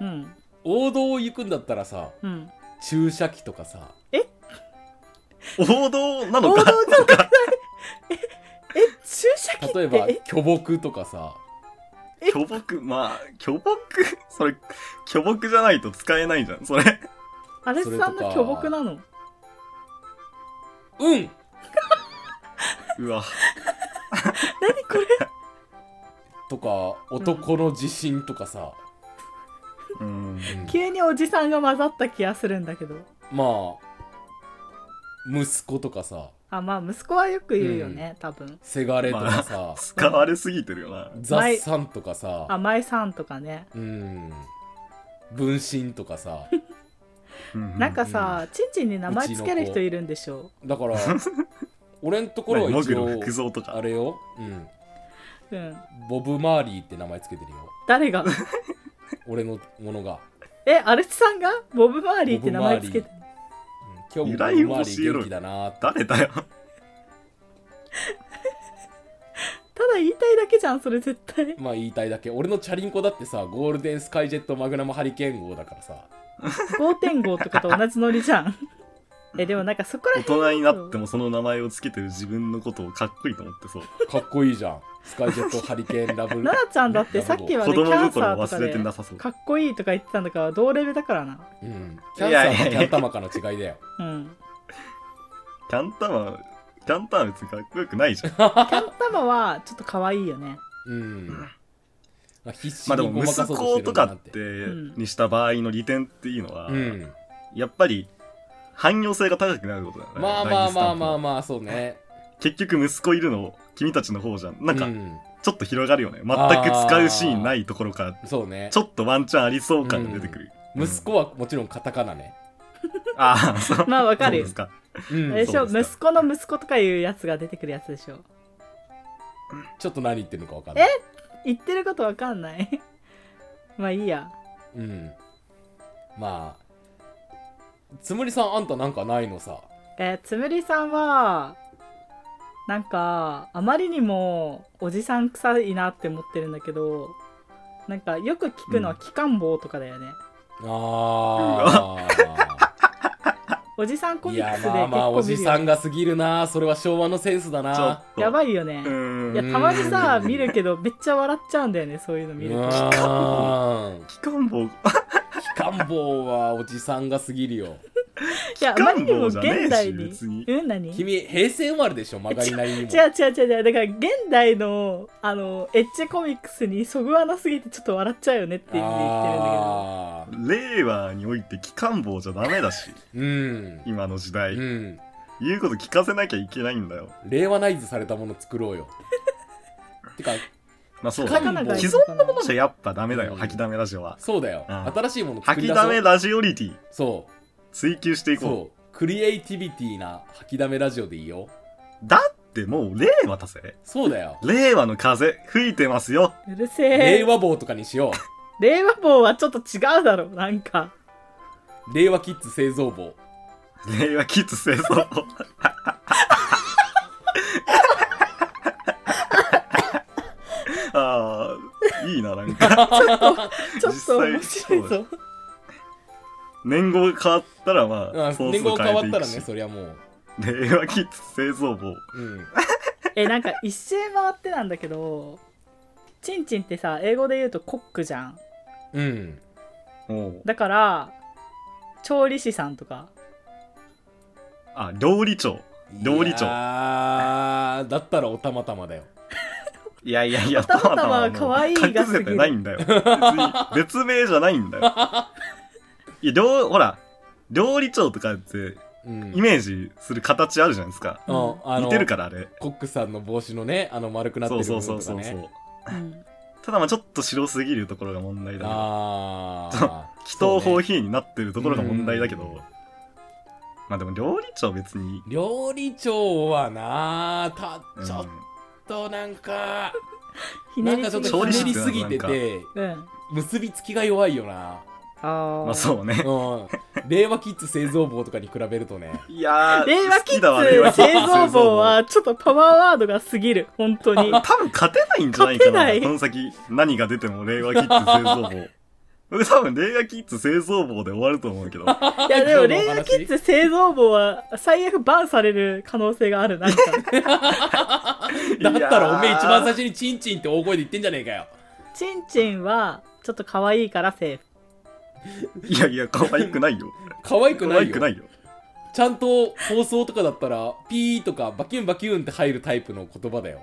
Speaker 1: うん
Speaker 2: 王道を行くんだったらさ
Speaker 1: うん
Speaker 2: 注射器とかさ
Speaker 3: 王道なの
Speaker 1: 王道
Speaker 3: か。
Speaker 1: じゃなくない [laughs] ええ注射器って
Speaker 2: 例えば
Speaker 1: え
Speaker 2: 巨木とかさ
Speaker 3: [laughs] 巨木、まあ、巨木 [laughs] それ、巨木じゃないと使えないじゃん、それ。 [laughs]
Speaker 1: アレスさんの巨木なの
Speaker 2: うん
Speaker 3: うわ。
Speaker 1: 何これ
Speaker 2: とか男の自信とかさ、
Speaker 3: うん。
Speaker 2: うん
Speaker 1: 急におじさんが混ざった気がするんだけど
Speaker 2: まあ息子とかさ
Speaker 1: あまあ息子はよく言うよね、多分
Speaker 2: せがれとかさ、
Speaker 3: 使われすぎてるよな。
Speaker 2: 雑さんとかさ、
Speaker 1: 甘いさんとかね、
Speaker 2: うん、分身とかさ、
Speaker 1: なんかさ、ちんちんに名前つける人いるんでしょ
Speaker 2: だから、俺んと
Speaker 3: う
Speaker 2: こ
Speaker 3: ん、
Speaker 2: ろ
Speaker 3: 何
Speaker 2: は
Speaker 3: モ
Speaker 2: 一
Speaker 3: グロ
Speaker 2: 応、
Speaker 3: 福蔵とか
Speaker 2: あ。れよ、うん、
Speaker 1: う、うん、
Speaker 2: ボブ・マーリーって名前つけてるよ、
Speaker 1: 誰が [laughs]
Speaker 2: 俺のものが。
Speaker 1: えアレスさんがボブ・マーリーって名前つけてる
Speaker 2: うん、今日
Speaker 3: 由
Speaker 2: もボブ・
Speaker 3: 来を
Speaker 2: マーリ
Speaker 3: 教え
Speaker 2: ー
Speaker 3: ろ
Speaker 2: 元気だなーって。
Speaker 3: 誰だよ。 [laughs]
Speaker 1: ただ言いたいだけじゃんそれ絶対
Speaker 2: まあ言いたいだけ俺のチャリンコだってさゴールデンスカイジェットマグナムハリケーン号だからさ
Speaker 1: 5.5とかと同じノリじゃんえでもなんかそこら
Speaker 3: 大
Speaker 1: 辺
Speaker 3: 人になってもその名前をつけてる自分のことをかっこいいと思って
Speaker 2: [laughs]
Speaker 3: そう。
Speaker 2: かっこいいじゃんスカイジェットハリケーンラブ
Speaker 1: 奈々ちゃんだってさっきはね
Speaker 3: 子
Speaker 1: キ
Speaker 3: 供
Speaker 1: ャンサー
Speaker 3: 心を
Speaker 1: とか
Speaker 3: 忘れ
Speaker 1: で
Speaker 3: てなさそう。
Speaker 1: かっこいいとか言ってたんだから同レベルだからな
Speaker 2: うん、キャンサ
Speaker 3: いやい
Speaker 2: ー
Speaker 3: や
Speaker 2: と
Speaker 3: い
Speaker 2: キ
Speaker 3: や
Speaker 2: ャンタマカの違いだよ
Speaker 1: うん
Speaker 3: キャンタマ、キャンタマ別にかっこよくない
Speaker 2: [laughs]
Speaker 3: じゃん。
Speaker 1: キャンタマはちょっと可愛いよ
Speaker 3: [laughs]
Speaker 1: ね
Speaker 2: うん、まあ、必死
Speaker 3: まあで
Speaker 2: にごま
Speaker 3: も
Speaker 2: かそ
Speaker 3: 息
Speaker 2: うとし
Speaker 3: 子
Speaker 2: てる
Speaker 3: と
Speaker 2: んだ
Speaker 3: か
Speaker 2: なっ
Speaker 3: ってて
Speaker 1: うん
Speaker 3: にした場合の利点っていうのは、
Speaker 2: うん
Speaker 3: やっぱり汎用性が高くなることだよね。
Speaker 2: まあ
Speaker 3: ラ
Speaker 2: ま
Speaker 3: イ
Speaker 2: あ
Speaker 3: ンスタ
Speaker 2: ま
Speaker 3: ン
Speaker 2: あ
Speaker 3: プの
Speaker 2: まあまあそうね
Speaker 3: 結局息子いるの君たちの方じゃんなんか
Speaker 2: うん
Speaker 3: ちょっと広がるよね、全く使うシーンないところから
Speaker 2: そうね
Speaker 3: ちょっとワンチャンありそう感が出てくる、うん
Speaker 2: 息子はもちろんカタカナね
Speaker 3: ああそう
Speaker 1: まあわか
Speaker 3: そう
Speaker 1: る
Speaker 3: ですか
Speaker 2: うん
Speaker 1: あれでしょ
Speaker 3: そうです
Speaker 1: 息子の息子とかいうやつが出てくるやつでしょ
Speaker 2: ちょっと何言ってるのかわかんない
Speaker 1: 言ってることわかんない [laughs] まあいいや
Speaker 2: うんまあつむりさんあんたなんかないのさ
Speaker 1: えーつむりさんはなんかあまりにもおじさん臭いなって思ってるんだけどなんかよく聞くのは
Speaker 3: うん
Speaker 1: 機関棒とかだよね、
Speaker 2: ああ
Speaker 1: おじさんコ
Speaker 2: い
Speaker 1: ミッ
Speaker 2: や
Speaker 1: クスで
Speaker 2: まあ
Speaker 1: 結
Speaker 2: まあ
Speaker 1: 構
Speaker 2: お
Speaker 1: 見
Speaker 2: じ
Speaker 1: る
Speaker 2: さ
Speaker 1: よ、
Speaker 2: んが過ぎるなそれは昭和のセンスだ
Speaker 3: ちょ
Speaker 2: な
Speaker 3: っと
Speaker 1: やばいよねい
Speaker 3: うー
Speaker 1: や
Speaker 3: ん
Speaker 2: い
Speaker 1: たまにさ
Speaker 2: うん
Speaker 1: 見るけどめっちゃ笑っちゃうんだよねそういうの
Speaker 2: う
Speaker 1: 見ると
Speaker 2: ーん
Speaker 3: 機関棒
Speaker 2: 機関棒はおじさんが過ぎ
Speaker 1: [laughs]
Speaker 2: るよ
Speaker 1: いやあ
Speaker 3: 機
Speaker 1: まり
Speaker 3: 関
Speaker 1: にも
Speaker 3: 棒
Speaker 1: 現
Speaker 3: じゃねえ
Speaker 1: 代
Speaker 3: し
Speaker 1: に
Speaker 3: 別に
Speaker 1: うん何違う
Speaker 2: 君平成生まれでしょ曲がりなり
Speaker 1: [laughs]
Speaker 2: にも
Speaker 1: 違う違う違うだから現代のあのエッジコミックスにそぐわなすぎてちょっと笑っちゃうよねって意味で言ってるんだけど
Speaker 2: ああ
Speaker 3: 令和において機関棒じゃダメだし [laughs]
Speaker 2: うん
Speaker 3: 今の時代、
Speaker 2: うん
Speaker 3: 言うこと聞かせなきゃいけないんだよ
Speaker 2: 令和ナイズされたもの作ろうよ
Speaker 1: [laughs]
Speaker 2: てか
Speaker 3: まあそう
Speaker 2: 機
Speaker 3: だ
Speaker 1: カ
Speaker 2: 関
Speaker 3: ね
Speaker 2: 関
Speaker 1: ナがいい
Speaker 3: 既
Speaker 1: の
Speaker 3: 存
Speaker 1: かな
Speaker 3: のものじゃやっぱダメだよ、
Speaker 2: うん
Speaker 3: 吐きダメラジオは
Speaker 2: そうだよ、
Speaker 3: うん
Speaker 2: 新しいもの作
Speaker 3: 吐
Speaker 2: り
Speaker 3: き
Speaker 2: 出
Speaker 3: ダ
Speaker 2: そ
Speaker 3: メ
Speaker 2: う
Speaker 3: ラジオリティ
Speaker 2: そ
Speaker 3: 追求していうこ
Speaker 2: そうクリエイティビティな吐きだめラジオでいいよ
Speaker 3: うだってもう令和だぜ
Speaker 2: そうだよ
Speaker 3: 令和の風吹いてますよ
Speaker 1: うるせえ
Speaker 2: 令和棒とかにしよ
Speaker 1: 令和棒はちょっと違うだろなんか
Speaker 2: う令和キッズ製造棒
Speaker 3: 令和キッズ製造ああいいななんか
Speaker 1: ちょっと面
Speaker 3: 実際
Speaker 1: 白いぞ
Speaker 3: 年号が変わったらま
Speaker 2: うん
Speaker 3: あソー
Speaker 2: 年
Speaker 3: スを
Speaker 2: 号変
Speaker 3: 変
Speaker 2: わっ
Speaker 3: え
Speaker 2: て
Speaker 3: い
Speaker 2: たら
Speaker 3: く
Speaker 2: ね
Speaker 3: し
Speaker 2: そりゃもう
Speaker 3: 令和キッズ製造棒
Speaker 2: うん
Speaker 1: えなんか一周回ってなんだけどチンチンってさ英語で言うとコックじゃん
Speaker 2: うん
Speaker 3: おう
Speaker 1: だから調理師さんとか
Speaker 3: あ料理長料理長
Speaker 2: あだったらおたまたまだよ
Speaker 3: いやいやいや、
Speaker 1: たまたま
Speaker 3: たま
Speaker 1: 可愛いが過ぎる
Speaker 3: 隠せてないんだよ。別に別名じゃないんだよ。いや、料、ほら、料理長とかって、
Speaker 2: うん
Speaker 3: イメージする形あるじゃないですか。
Speaker 2: うんあの
Speaker 3: 似てるから、あれ。
Speaker 2: コックさんの帽子のねあの丸くなって
Speaker 3: そ
Speaker 2: る
Speaker 3: う
Speaker 2: 部
Speaker 3: そ
Speaker 2: 分とか
Speaker 3: うそ
Speaker 2: ね
Speaker 3: うそうそう。
Speaker 1: うん
Speaker 3: ただまあちょっと白すぎるところが問題だけど、
Speaker 2: ああ
Speaker 3: 祈祷
Speaker 2: そう
Speaker 3: 法
Speaker 2: ね
Speaker 3: ヒーになってるところが問題だけど、
Speaker 2: うん
Speaker 3: まあでも料理長別に、
Speaker 2: 料理長はなた
Speaker 3: うん
Speaker 2: ちょっとなんか、
Speaker 1: ひ
Speaker 2: な
Speaker 1: ね
Speaker 2: ん
Speaker 1: り
Speaker 2: かち
Speaker 1: す
Speaker 2: ょっ
Speaker 1: ぎ
Speaker 2: と
Speaker 3: 調理
Speaker 2: ひ
Speaker 3: 師
Speaker 2: ねりすぎて
Speaker 3: 調理
Speaker 2: て
Speaker 1: うん
Speaker 2: 結びつきが弱いよな
Speaker 1: あ
Speaker 3: まあ
Speaker 1: う
Speaker 3: そうね。
Speaker 2: うん令和キッズ製造棒とかに比べるとね
Speaker 3: いやー、
Speaker 1: 令和
Speaker 3: 好
Speaker 1: キ
Speaker 3: きだわ
Speaker 1: ッズ製造棒。
Speaker 3: 令和
Speaker 1: はちょっとパワーワードが過ぎる本当 [laughs] に
Speaker 3: 多分勝てないんじゃない
Speaker 1: 勝て
Speaker 3: かな。
Speaker 1: ない
Speaker 3: この先、何が出ても令和キッズ製造棒。俺多分令和キッズ製造棒で終わると
Speaker 2: [laughs]
Speaker 3: 思うけど。い
Speaker 1: いやでも、
Speaker 2: 今日
Speaker 1: レイ
Speaker 2: のお話
Speaker 1: ヤーキッズ製造棒は最悪バンされる可能性があるな。なんか
Speaker 2: だったらおめえ一番最
Speaker 3: 最
Speaker 2: 初にチンチンって大声で言ってんじゃねえかよ
Speaker 1: [laughs] チンチンは、ちょっと可愛いからセーフ。
Speaker 3: 初。いやいや、可愛くないよ。
Speaker 2: 可愛く
Speaker 3: 可
Speaker 2: [laughs] ない
Speaker 3: 愛
Speaker 2: よ
Speaker 3: くないよ。
Speaker 2: ちゃんと放送とかだったらピーとかバキュンバキュンって入るタイプの言葉だよ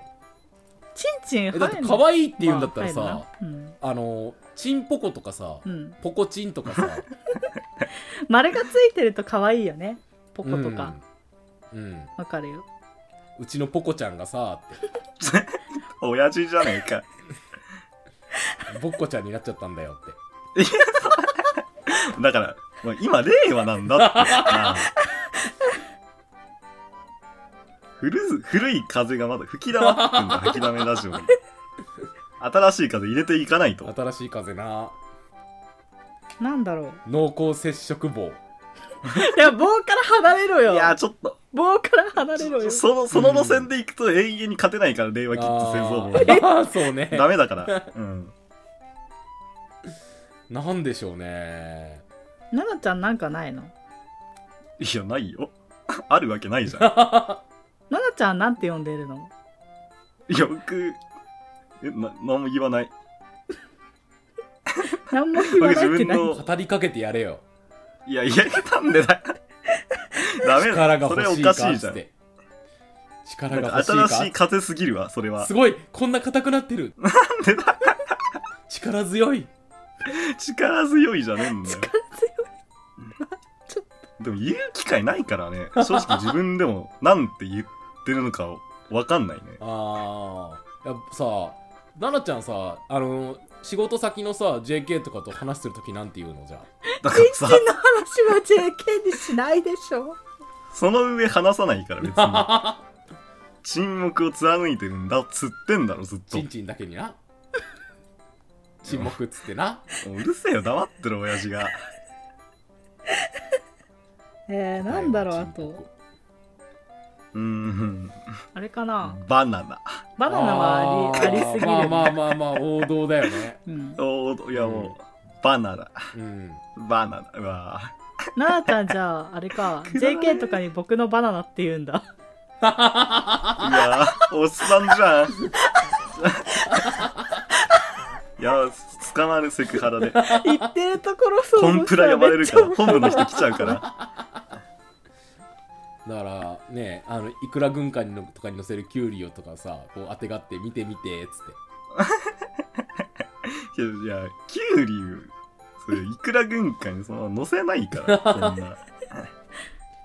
Speaker 1: チンチン
Speaker 2: え
Speaker 1: 入
Speaker 2: だ
Speaker 1: る
Speaker 2: って
Speaker 1: の
Speaker 2: 可愛いって言うんだったらさ、
Speaker 1: まあ入るな
Speaker 2: あのチンポコとかさ、
Speaker 1: うん。うん。
Speaker 2: ポコチンとかさ
Speaker 1: 丸がついてると可愛いよね。ポコとか。わ、
Speaker 2: うん、うん
Speaker 1: かるよ。
Speaker 2: うちのポコちゃんがさって
Speaker 3: 親父じゃねえか。
Speaker 2: ボッコちゃんになっちゃったんだよって
Speaker 3: だから、まあ今、令和な
Speaker 2: [laughs]
Speaker 3: んだって。なあ古ず古い風がまだ吹き溜まって
Speaker 2: [laughs]
Speaker 3: んだ、吹き溜めラジオに。新しい風入れていかないと。
Speaker 2: 新しい風な
Speaker 1: なんだろう。
Speaker 2: 濃厚接触棒
Speaker 1: いや、棒から離れろよ。
Speaker 3: いやー、ちょっと、
Speaker 1: 棒から離れろよ。
Speaker 3: その、その路線で行くと永遠に勝てないから、令和キッズ製造部は。
Speaker 2: あー [laughs] そうね
Speaker 3: [laughs] ダメだから。うん。
Speaker 2: なんでしょうね
Speaker 1: ななちゃんなんかないの
Speaker 3: いや、ないよ。あるわけないじゃん。
Speaker 1: ななちゃんなんて呼んでるの
Speaker 2: [laughs]
Speaker 3: よく、え、な、何も言わない。
Speaker 1: なんも言わないって何
Speaker 3: 僕自分の
Speaker 2: 語りかけてやれよ
Speaker 3: いや、いや、なん
Speaker 2: [laughs]
Speaker 3: でだよ。ダメ
Speaker 2: 力が
Speaker 3: だよ。それ
Speaker 2: 欲
Speaker 3: お
Speaker 2: しいか
Speaker 3: か
Speaker 2: っ
Speaker 3: しいじ
Speaker 2: つっ
Speaker 3: ゃん。
Speaker 2: て力が
Speaker 3: なん
Speaker 2: 欲
Speaker 3: か
Speaker 2: しいか
Speaker 3: 新しい風すぎるわ、それは
Speaker 2: す。ごいこんな硬くなってる
Speaker 3: なんでだ
Speaker 2: 力強い
Speaker 3: 力強いじゃねえんだよ。
Speaker 1: ちょっ
Speaker 3: でも言う機会ないから [laughs] ね。正直自分でもなんて言ってるのかわかんないね。 [laughs]
Speaker 2: ああやっぱさ奈々ちゃんさあの仕事先のさ JK とかと話してる時なんて言うのじゃ
Speaker 3: だから
Speaker 1: チン
Speaker 3: さ
Speaker 1: チ、ンの話は JK にしないでし
Speaker 3: [laughs]
Speaker 1: ょ。
Speaker 3: その上話さないから別に。 [laughs] 沈黙を貫いてるんだ、つってんだろ、ずっと
Speaker 2: チン。チンだけにな沈黙っつってな
Speaker 3: うるせえよ、黙ってる親父 [laughs] が。
Speaker 1: えー、なんだろう、あ
Speaker 2: 沈
Speaker 1: と。
Speaker 2: 黙
Speaker 3: うーん、
Speaker 1: あれかな。
Speaker 3: バナナ。
Speaker 1: バナナはありあり
Speaker 2: ー
Speaker 1: すぎる。
Speaker 2: まあまあまあまあ王道だよね
Speaker 1: うん
Speaker 3: おーいやもう、バナナ、
Speaker 2: うん
Speaker 3: バナナ。うわぁ
Speaker 1: ななちゃんじゃあ、あれ
Speaker 3: [laughs]
Speaker 1: か、JK とかに僕のバナナって言うんだ。
Speaker 3: いやー、おっさんじゃん。いやー、捕まるセクハラで。
Speaker 1: 言ってるところそう。
Speaker 3: コンプラ呼ばれるから、本部の人来ちゃうから。
Speaker 2: だからねあのいくら軍艦にのとかに乗せるキュウリをとかさこうあてがって見て見てっつって
Speaker 3: いや、いやキュウリュそれ、いくら軍艦にその乗せないから、そんな。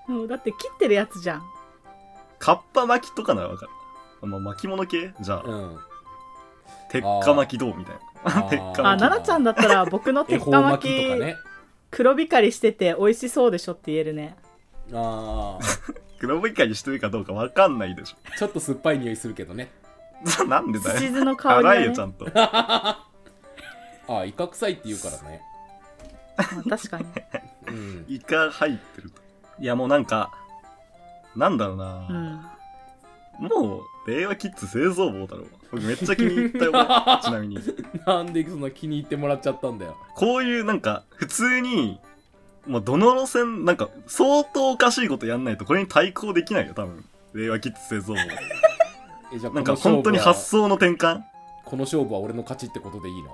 Speaker 1: もうだって切ってるやつじゃん。
Speaker 3: カッパ巻きとかならわかる。あまあ、巻物系じゃあ、
Speaker 2: うん
Speaker 3: 鉄火巻きどうみたいな。
Speaker 2: ー
Speaker 3: 鉄火巻き。
Speaker 1: あ、ななちゃんだったら僕の
Speaker 2: 恵
Speaker 1: 鉄火
Speaker 2: 方
Speaker 1: 巻
Speaker 2: 巻
Speaker 1: き
Speaker 2: きとかね
Speaker 1: 黒光りしてて美味しそうでしょって言えるね。
Speaker 2: ああ
Speaker 3: 黒ぶりかにしてるかどうかわかんないでし
Speaker 2: ちょっと酸っぱい匂いするけどね
Speaker 3: ょ。なんですだ
Speaker 1: し
Speaker 3: よ。
Speaker 1: 酢の香りが
Speaker 3: 辛い
Speaker 1: ね、
Speaker 3: よ、ちゃんと。
Speaker 2: ああイカ臭いって言うからね
Speaker 1: まあ確かに。
Speaker 2: うん
Speaker 3: イカ入ってると。いや、もうなんか、なんだろうな、
Speaker 1: うん。
Speaker 3: もう、令和キッズ製造棒だろ。僕めっちゃ気に入ったよ、 [laughs] 俺ちなみに。
Speaker 2: [laughs] なんでそんな気に入ってもらっちゃったんだよ
Speaker 3: こういうなんか、普通に、もうどの路線、なんか、相当おかしいことやんないと、これに対抗できないよ、多分。令和キッズ製造棒。 [laughs]
Speaker 2: えじゃあ
Speaker 3: な
Speaker 2: この
Speaker 3: んか、
Speaker 2: 勝負
Speaker 3: 本当に
Speaker 2: は
Speaker 3: 発想の転換
Speaker 2: この勝負は俺の勝ちってことでいいの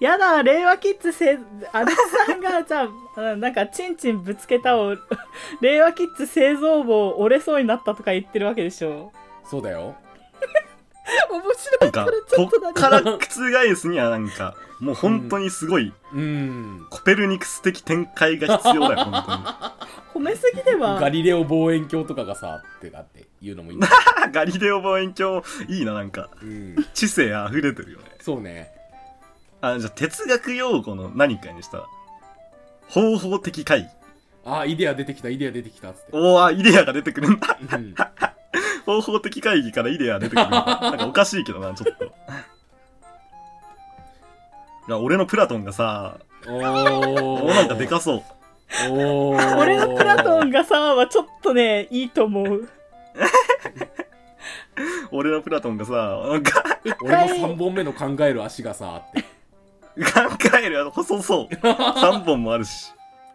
Speaker 1: やだ、令和キッズせ、あれさんが、じゃあ、なんか、チンチンぶつけたを、 [laughs] 令和キッズ製造棒折れそうになったとか言ってるわけでしょ。
Speaker 2: そうだよ
Speaker 1: 面白い。
Speaker 3: なんか、こっから覆すにはなんか、もう本当にすごい、
Speaker 2: うん
Speaker 3: コペルニクス的展開が必要だよ、本
Speaker 1: 褒めすぎでは
Speaker 2: ガリレオ望遠鏡とかがさってなって言うのもいいん
Speaker 3: [laughs]
Speaker 2: だ、
Speaker 3: 当に。ガリレオ望遠鏡、いいな、なんか、
Speaker 2: うん、
Speaker 3: 知性あふれてるよね。
Speaker 2: そうね
Speaker 3: あ、じゃあ哲学用語の何かにしたら、方法的会議。
Speaker 2: あイデア出てきたイデア出てきたっつって、
Speaker 3: おー、イデアが出てくるんだ。 [laughs]
Speaker 2: うん、
Speaker 3: 方法的会議からイデア出てくるんだ。
Speaker 2: [laughs]
Speaker 3: なんかおかしいけどな、ちょっと。いや、俺のプラトンがさ、
Speaker 2: お
Speaker 3: お
Speaker 2: お
Speaker 3: なんかでかそう。
Speaker 2: おー
Speaker 1: 俺のプラトンがさはちょっとねいいと思う
Speaker 3: 俺のプラトンがさ、なんか、
Speaker 2: 俺の3本目の考える足がさって
Speaker 3: 考えるやろ細そう。3本もあるし。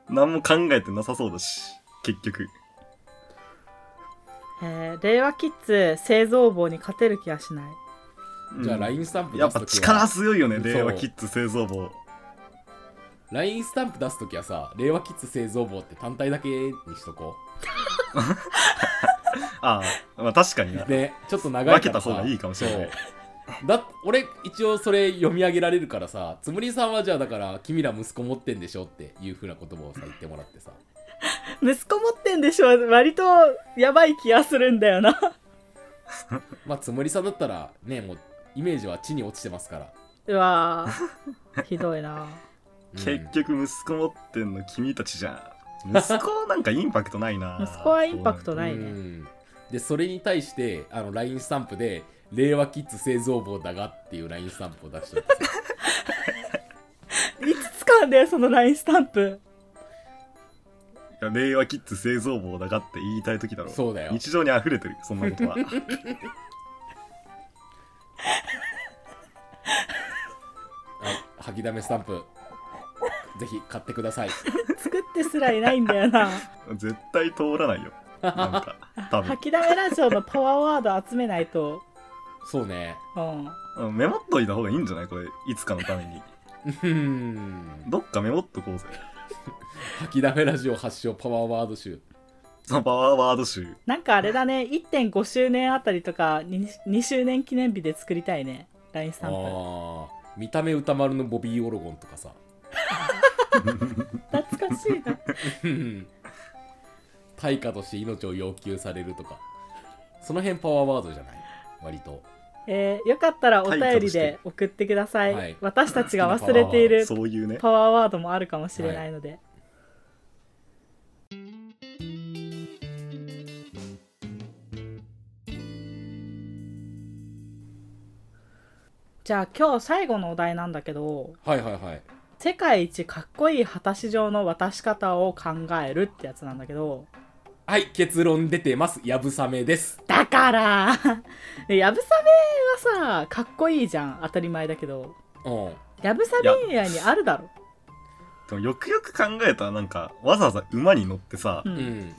Speaker 3: 何も考えてなさそうだし。結局。
Speaker 1: えー令和キッズ製造棒に勝てる気がしない
Speaker 3: うん
Speaker 2: じゃあ LINE スタンプ出
Speaker 3: や
Speaker 2: す
Speaker 3: っ
Speaker 2: とき
Speaker 3: ぱ
Speaker 2: は
Speaker 3: 力強いよね、
Speaker 2: そう
Speaker 3: 令和キッズ製造棒。
Speaker 2: LINE スタンプ出すときはさ令和キッズ製造棒って単体だけにしとこ
Speaker 3: ああ、まあ確かにな
Speaker 2: う。ねちょっと長いから
Speaker 3: 分
Speaker 2: さ
Speaker 3: けた方がいいかもしれない。
Speaker 2: そうだ俺一応それ読み上げられるからさつむりさんはじゃあだから君ら息子持ってんでしょっていうふうな言葉をさ言ってもらってさ
Speaker 1: 息子持ってんでしょ割とやばい気がするんだよな
Speaker 2: まあつむりさんだったらねもうイメージは地に落ちてますから、
Speaker 1: うわーひどいな
Speaker 2: うん
Speaker 3: 結局息子持ってんの君たちじゃ
Speaker 1: [laughs]
Speaker 3: ん。息子なんかインパクトないな。
Speaker 1: 息子はインパクトないね
Speaker 2: うんでそれに対してあの LINE スタンプで「令和キッズ製造棒だが」っていう LINE スタンプを出してさ
Speaker 1: いつ使うんだよその LINE スタンプ
Speaker 3: いや令和キッズ製造棒だがって言いたい時だろ。
Speaker 2: そうだよ
Speaker 3: 日常に溢れてる、そん
Speaker 1: [laughs]
Speaker 3: なことは。
Speaker 2: はい吐きだめスタンプぜひ買ってください
Speaker 1: 作ってすらいないんだよな
Speaker 3: 絶対通らないよ。なんか、多分
Speaker 1: 吐。きだめラジオのパワーワード集めないと
Speaker 2: そうね
Speaker 1: うん
Speaker 3: うんメモっといた方がいいんじゃないこれ、いつかのために。
Speaker 2: うん
Speaker 3: どっかメモっとこうぜ。
Speaker 2: 吐きだめラジオ発祥パワーワード集
Speaker 3: そのパワーワード集。
Speaker 1: なんかあれだね1.5周年あたりとか 2, 2周年記念日で作りたいね LINE スタンプ
Speaker 2: あー見た目歌丸のボビー・オロゴンとかさ
Speaker 1: 懐かしいな
Speaker 2: 対価として命を要求されるとかその辺パワーワードじゃない割と
Speaker 1: えーよかったらお便
Speaker 3: はい隠
Speaker 1: り
Speaker 3: して
Speaker 1: で送ってください、
Speaker 2: はい
Speaker 1: 私たちが忘れている
Speaker 3: そうい
Speaker 1: [laughs]
Speaker 3: うね。
Speaker 1: パワーワードもあるかもしれないので、じゃあ今日最後のお題なんだけど
Speaker 2: はいはいはい
Speaker 1: 世界一かっこいい果たし状の渡し方を考えるってやつなんだけど
Speaker 2: はい結論出てますやぶさめです
Speaker 1: だから [laughs] でやぶさめはさかっこいいじゃん当たり前だけど
Speaker 2: うん
Speaker 1: やぶさめ以外にあるだろ、
Speaker 3: でもよくよく考えたらなんか、わざわざ馬に乗ってさ
Speaker 1: う、、
Speaker 2: うんん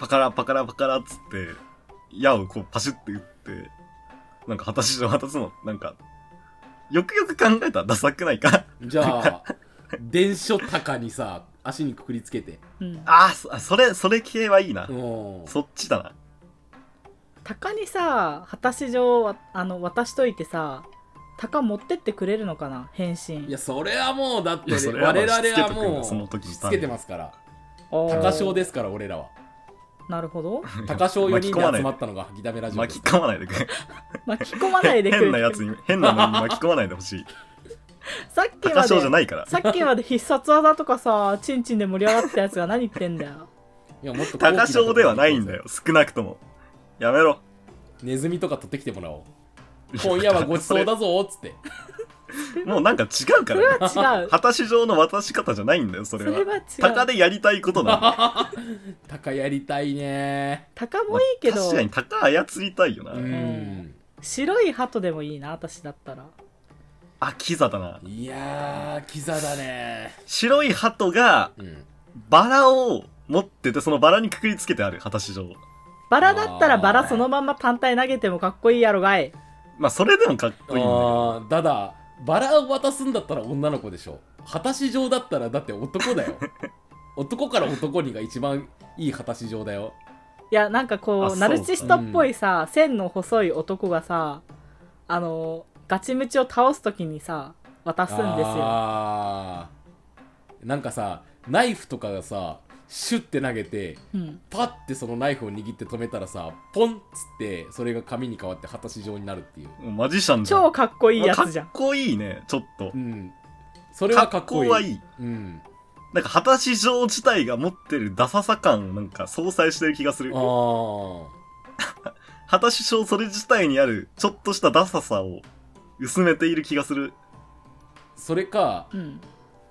Speaker 3: パカラパカラパカラっつって、矢をこうパシュって打って、なんか果たし状渡すの、なんか、よくよく考えたらダサくないか [laughs]
Speaker 2: じゃあ電書高にさ足にくくりつけて
Speaker 1: うん、
Speaker 3: あーそあ、それ、それ系はいいな
Speaker 2: う。ん
Speaker 3: そっちだな。
Speaker 1: 鷹にさ果たし状をあの渡しといてさ鷹持ってってくれるのかな返信
Speaker 2: いやそれはもうだっ
Speaker 3: い
Speaker 2: て
Speaker 3: やそれは
Speaker 2: 我
Speaker 3: まあ
Speaker 2: 々は
Speaker 3: しつけとくん
Speaker 2: も
Speaker 3: だその時
Speaker 2: う
Speaker 3: に
Speaker 2: しつけてますから
Speaker 1: おー
Speaker 2: 高賞ですから俺らは
Speaker 1: なるほど
Speaker 2: 高賞4人
Speaker 3: 巻き込
Speaker 2: で
Speaker 3: まない
Speaker 2: 集まったのが吐きだめラジオで
Speaker 3: 巻
Speaker 2: す
Speaker 3: き込まないで
Speaker 1: [laughs]
Speaker 3: くれ。
Speaker 1: 巻き込まないでくれ
Speaker 3: [laughs] 変なやつに、変
Speaker 1: [laughs]
Speaker 3: なのに巻き込まないでほしい。
Speaker 1: さっきま
Speaker 3: 高賞じゃ
Speaker 1: で
Speaker 3: ないから。
Speaker 1: さっきまで必殺技とかさチンチンで盛り上がったやつが何言ってんだ
Speaker 3: [laughs]
Speaker 1: よ
Speaker 2: いやもっと高貴な
Speaker 3: 高賞ではないんだよ。少なくとも。やめろ。
Speaker 2: ネズミとか取ってきてもらおう
Speaker 3: [laughs]
Speaker 2: 今夜はごちそうだぞっつって
Speaker 3: もうなんか違うか
Speaker 1: それ
Speaker 3: ら、ね。
Speaker 1: は違う
Speaker 3: 果たし状の渡し方じゃないんだよ、 [laughs] そ
Speaker 1: そ
Speaker 3: れ
Speaker 1: れ
Speaker 3: は。
Speaker 1: は違う
Speaker 3: 鷹でやりたいことなんだよ。
Speaker 2: 高やりたいね
Speaker 1: 鷹 [laughs] もいいけど
Speaker 3: まあ確かに鷹操りたいよな。
Speaker 2: うん
Speaker 1: 白い鳩でもいいな私だったら
Speaker 3: あ、キザだな。
Speaker 2: いやーキザだね
Speaker 3: 白い鳩が
Speaker 2: うん
Speaker 3: バラを持ってて、そのバラにくくりつけてある、果たし状。
Speaker 1: バラだったらバラそのまんま単体投げてもかっこいいやろがい
Speaker 3: まあ、それでもかっこいいんだよ。
Speaker 2: あーただバラを渡すんだったら女の子でしょ果たし状だったらだって男
Speaker 3: [laughs]
Speaker 2: だよ男から男にが一番いい果たし状だよ
Speaker 1: いやなんか
Speaker 3: あ
Speaker 1: こ
Speaker 3: そうう
Speaker 1: ナルシストっぽいさ、線の細い男がさあのガチムチを倒す時にさ渡すんですよ
Speaker 2: あーなんかさナイフとかがさシュッて投げて
Speaker 1: うん
Speaker 2: パッてそのナイフを握って止めたらさポンっつってそれが紙に変わって果たし状になるっていう
Speaker 3: もうマジシャンじゃん。
Speaker 1: 超かっこいいやつじゃ
Speaker 3: か
Speaker 1: ん
Speaker 3: っこいいね、ちょっと
Speaker 2: う。んそれはかっこいい
Speaker 3: 格好はいい
Speaker 2: うん、
Speaker 3: なんか、果たし状自体が持ってるダサさ感、なんか、相殺してる気がする
Speaker 2: あ。ー
Speaker 3: 果たし状それ自体にある、ちょっとしたダサさを薄めている気がする。
Speaker 2: それか
Speaker 1: うん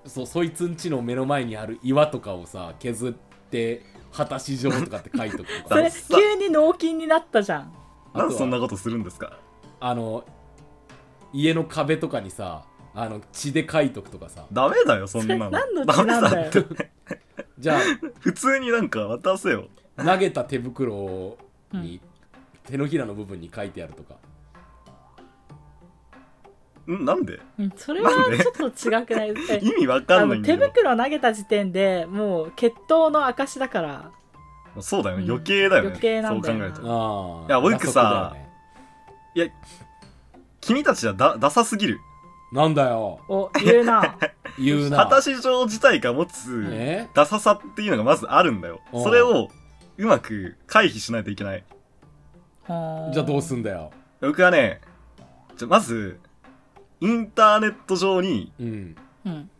Speaker 2: そそいつんちの目の前にある岩とかをさ削って果たし状とかって書いとくと
Speaker 3: [laughs]
Speaker 1: そ
Speaker 2: か
Speaker 3: だ
Speaker 1: れ
Speaker 3: さ
Speaker 1: 急に脳筋になったじゃん
Speaker 2: あ
Speaker 3: なん
Speaker 2: と
Speaker 3: でそんな
Speaker 2: は
Speaker 3: ことするんですか
Speaker 2: あの家の壁とかにさあの血で書いとくとかさ
Speaker 3: ダメだよ、そんなの。
Speaker 1: それ何の血
Speaker 3: ダメ
Speaker 1: なんだ
Speaker 3: だ
Speaker 1: よ
Speaker 3: って。
Speaker 2: じゃあ
Speaker 3: 普通になんか渡せよ。
Speaker 2: 投げた手袋に、手のひらの部分に書いてあるとか
Speaker 3: んなんで
Speaker 1: うんそれは
Speaker 3: なんで
Speaker 1: ちょっと違くないえ
Speaker 3: 意味わか
Speaker 1: あ
Speaker 3: んない
Speaker 1: の
Speaker 3: んだ
Speaker 1: 手
Speaker 3: けど。
Speaker 1: 袋投げた時点でもう決闘の証だから
Speaker 3: そうだよね、
Speaker 1: うん
Speaker 3: 余計だよね。
Speaker 1: 余計なんだよ
Speaker 3: そう考
Speaker 1: な
Speaker 3: える
Speaker 2: あ
Speaker 3: と。
Speaker 2: あ
Speaker 3: いや僕
Speaker 2: 打足
Speaker 3: さ
Speaker 2: だよね
Speaker 3: 君たちはだダサすぎる。
Speaker 2: なんだよ
Speaker 1: を言う
Speaker 3: [laughs]
Speaker 1: な
Speaker 2: 言うな
Speaker 3: 果たし状自体が持つ
Speaker 2: ね
Speaker 3: ダサさっていうのがまずあるんだよ。
Speaker 2: うん
Speaker 3: それをうまく回避しないといけない。
Speaker 2: じゃあどう
Speaker 1: る
Speaker 2: すんだよ
Speaker 3: 僕はね、じゃまず、インターネット上に
Speaker 2: うん
Speaker 1: うん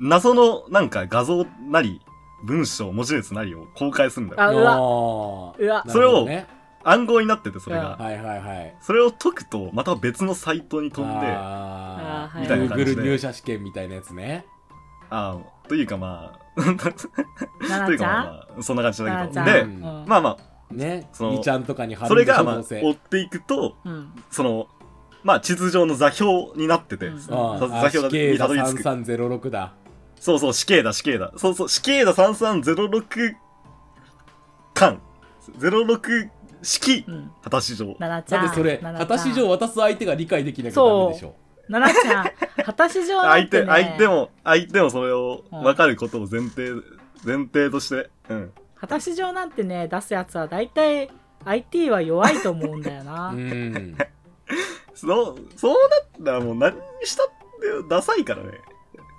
Speaker 3: 謎のなんか画像なり、文章、文字列なりを公開するんだよ。
Speaker 1: あうわ
Speaker 2: わ
Speaker 1: うわ
Speaker 2: それをね
Speaker 3: 暗号になってて、それが。
Speaker 2: はいはいはい
Speaker 3: それを解くと、また別のサイトに飛んで、あ
Speaker 2: あ
Speaker 1: あーは
Speaker 2: みた
Speaker 1: い
Speaker 2: いな Google 入社試験みたいなやつね
Speaker 3: あーというかまあ、 [laughs]
Speaker 1: 奈
Speaker 3: と
Speaker 1: 々
Speaker 3: いう
Speaker 1: ち
Speaker 3: か
Speaker 1: ゃん
Speaker 3: まあまあ、そんな感じだ
Speaker 1: 奈々ち
Speaker 3: けど。
Speaker 1: ゃ
Speaker 3: で
Speaker 1: ん、
Speaker 2: で
Speaker 1: うん
Speaker 3: まあま
Speaker 2: ね
Speaker 3: その
Speaker 2: 2ちゃんとかに貼る
Speaker 3: あ、それが、
Speaker 2: んでしょ
Speaker 3: ま
Speaker 2: ど
Speaker 3: あ、
Speaker 2: うせ
Speaker 3: 追っていくと、
Speaker 1: うん
Speaker 3: その、まあ、地図上の座標になってて、
Speaker 1: うん
Speaker 3: そ
Speaker 2: あ
Speaker 3: の
Speaker 2: ー
Speaker 3: 座標にたどり着く。
Speaker 2: 3306だ
Speaker 3: そうそう、死刑だ、死刑だ。そうそう、死刑だ3306巻。06式
Speaker 1: う、ん
Speaker 3: 果たし状。
Speaker 1: 奈々ち
Speaker 2: だ
Speaker 1: ゃん
Speaker 2: ってそれ
Speaker 1: 奈
Speaker 2: 果
Speaker 1: 々
Speaker 2: た
Speaker 1: ちゃ
Speaker 2: し
Speaker 1: ん
Speaker 2: 状渡す相手が理解できなきゃダメでしょ
Speaker 1: 奈々ちゃん果たし状な
Speaker 3: 相
Speaker 1: んて、ね、
Speaker 3: 手、相手も、相手もそれを分かることを前提、前提として。うん。
Speaker 1: 果たし状なんてね出すやつは大体 IT は弱いと思うんだよな、
Speaker 2: うん
Speaker 3: そう、そうなったらもう何にしたってダサいからね。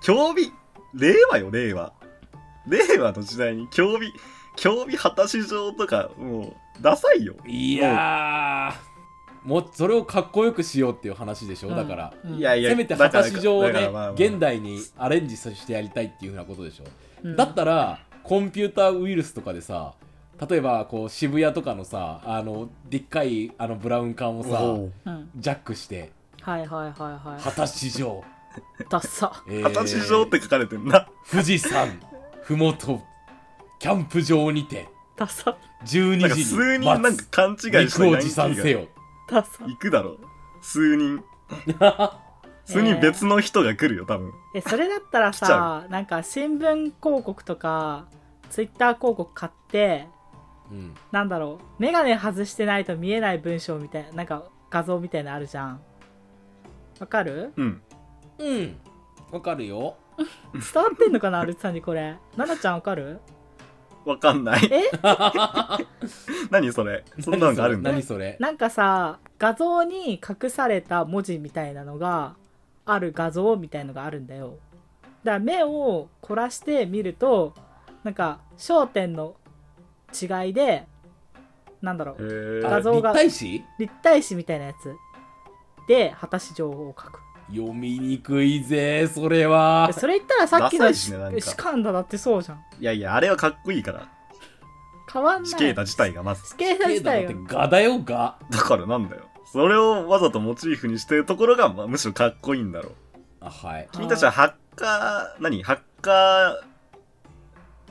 Speaker 3: 競技、令和よ、令和。令和の時代に競技、競技果たし状とか、もう、ダサいよ。
Speaker 2: いやーもうそれをかっこよくしようっていう話でしょ、だから、
Speaker 1: うん
Speaker 3: いやいや、
Speaker 2: せめて果たし状を
Speaker 3: だから
Speaker 2: ね、
Speaker 3: まあまあ
Speaker 2: 現代にアレンジさせてやりたいっていうふうなことでしょ、
Speaker 1: うん
Speaker 2: だったらコンピューターウイルスとかでさ例えばこう渋谷とかのさあのでっかいあのブラウン管をさ
Speaker 3: おう
Speaker 1: うん
Speaker 2: ジャックして
Speaker 1: はいはいはいは
Speaker 2: 果たし状、
Speaker 1: いダッサ
Speaker 2: えー
Speaker 3: 果たし状って書かれてんな。
Speaker 2: 富士山ふもとキャンプ場にて
Speaker 1: ダッサ
Speaker 2: 12
Speaker 3: なんか
Speaker 2: 時
Speaker 3: 数
Speaker 2: に
Speaker 3: 人
Speaker 2: 待
Speaker 3: なん
Speaker 2: つ
Speaker 3: か勘違いして
Speaker 2: 肉
Speaker 3: ヤ
Speaker 2: を
Speaker 3: ンキ
Speaker 2: 持参せ
Speaker 3: ー [laughs] が
Speaker 2: よ
Speaker 1: ダッサ
Speaker 3: 行くだろ。数人。数人別の人が来るよ、多分。
Speaker 1: えそれだったら
Speaker 3: 来ちゃ
Speaker 1: さなんか新聞広告とかツイッター広告買って
Speaker 2: うん
Speaker 1: なんだろう眼鏡外してないと見えない文章みたいななんか画像みたいなのあるじゃんわか
Speaker 3: [laughs]
Speaker 1: る
Speaker 3: うん。
Speaker 2: うんわかるよ
Speaker 1: 伝わってんのかなルツさんにこれナナちゃんわかる
Speaker 3: わかんない。 [laughs]
Speaker 1: え
Speaker 3: 何それそんなのがあるんだ。
Speaker 2: 何それ
Speaker 1: なんかさ画像に隠された文字みたいなのがある画像みたいのがあるんだよだから目を凝らして見るとなんか焦点の違いでなんだろ
Speaker 3: へ
Speaker 1: う
Speaker 2: 何
Speaker 1: 画
Speaker 2: それ
Speaker 3: ー
Speaker 1: 像が
Speaker 2: あ立体詞
Speaker 1: 立体詞みたいなやつで果たし情報を書く
Speaker 2: 読みにくいぜそれは
Speaker 1: えそれ言ったらさっきの
Speaker 3: ダサい
Speaker 1: し
Speaker 3: しねなんか
Speaker 1: 士官だだってそうじゃん
Speaker 3: いやいや、あれはかっこいいから。
Speaker 1: 変わんない
Speaker 3: 死刑だ自体がまず。
Speaker 1: 死刑だ自体
Speaker 2: だ
Speaker 1: が
Speaker 2: ってガだよガ
Speaker 3: だからなんだよ。それをわざとモチーフにしてるところが、まあ、むしろかっこいいんだろう。
Speaker 2: あはい
Speaker 3: 君たちはハッカー、何ハッカー、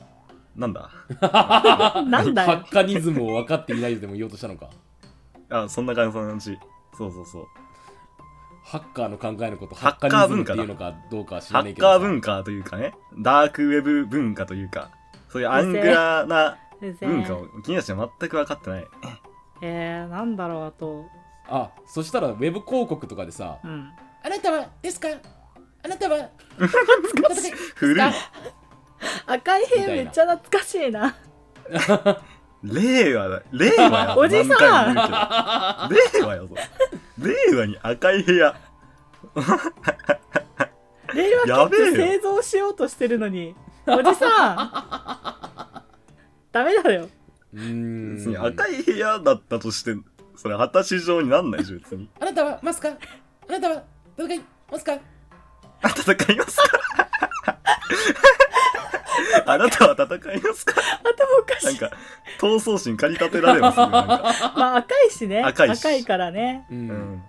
Speaker 3: なんだ
Speaker 1: あなんだ
Speaker 2: ハ
Speaker 1: よ
Speaker 2: ッカニズムを分かっていないでも言おうとしたのか
Speaker 3: あ、そんな感じ、そんな感じ。そうそうそう。
Speaker 2: ハッカーの考えのこと
Speaker 3: ハ
Speaker 2: ハ
Speaker 3: ッカ
Speaker 2: ッ
Speaker 3: ー
Speaker 2: カニズムっていうのかどうかは知
Speaker 3: ハ
Speaker 2: らない
Speaker 3: ッ
Speaker 2: けどさ
Speaker 3: カー文化というかね、ダークウェブ文化というか、そういうアングラーな
Speaker 1: 全然
Speaker 3: 文化を君たちは全く分かってない。
Speaker 1: えー、なんだろうあと
Speaker 2: あそしたらウェブ広告とかでさ
Speaker 3: [laughs]
Speaker 1: うん
Speaker 2: あなたはですかあなたは
Speaker 3: 古い。
Speaker 1: 赤い
Speaker 2: みたい
Speaker 1: 兵
Speaker 2: な
Speaker 1: めっちゃ懐かしいな
Speaker 3: 令和だ。令和やぞ。
Speaker 1: おじさん
Speaker 3: 何回も言うけど令和やぞ。令和に赤い部屋。
Speaker 1: 令和
Speaker 3: や
Speaker 1: キ
Speaker 3: べ
Speaker 1: ッズ
Speaker 3: えよ
Speaker 1: 製造しようとしてるのにおじ
Speaker 3: [laughs]
Speaker 1: さんダメだよ
Speaker 2: うーん
Speaker 3: 別に赤い部屋だったとして、それ果たし状になんないでしょ、別に。
Speaker 2: あなたはますかあなたは戦いますか
Speaker 3: あ戦いますか [laughs] あなたは戦いますか
Speaker 1: 頭おか
Speaker 3: なん
Speaker 1: しい
Speaker 3: か、闘争心駆り立てられますよ、なんか。
Speaker 1: まあ赤いしね
Speaker 3: 赤いし
Speaker 1: からね
Speaker 2: う
Speaker 3: うんん。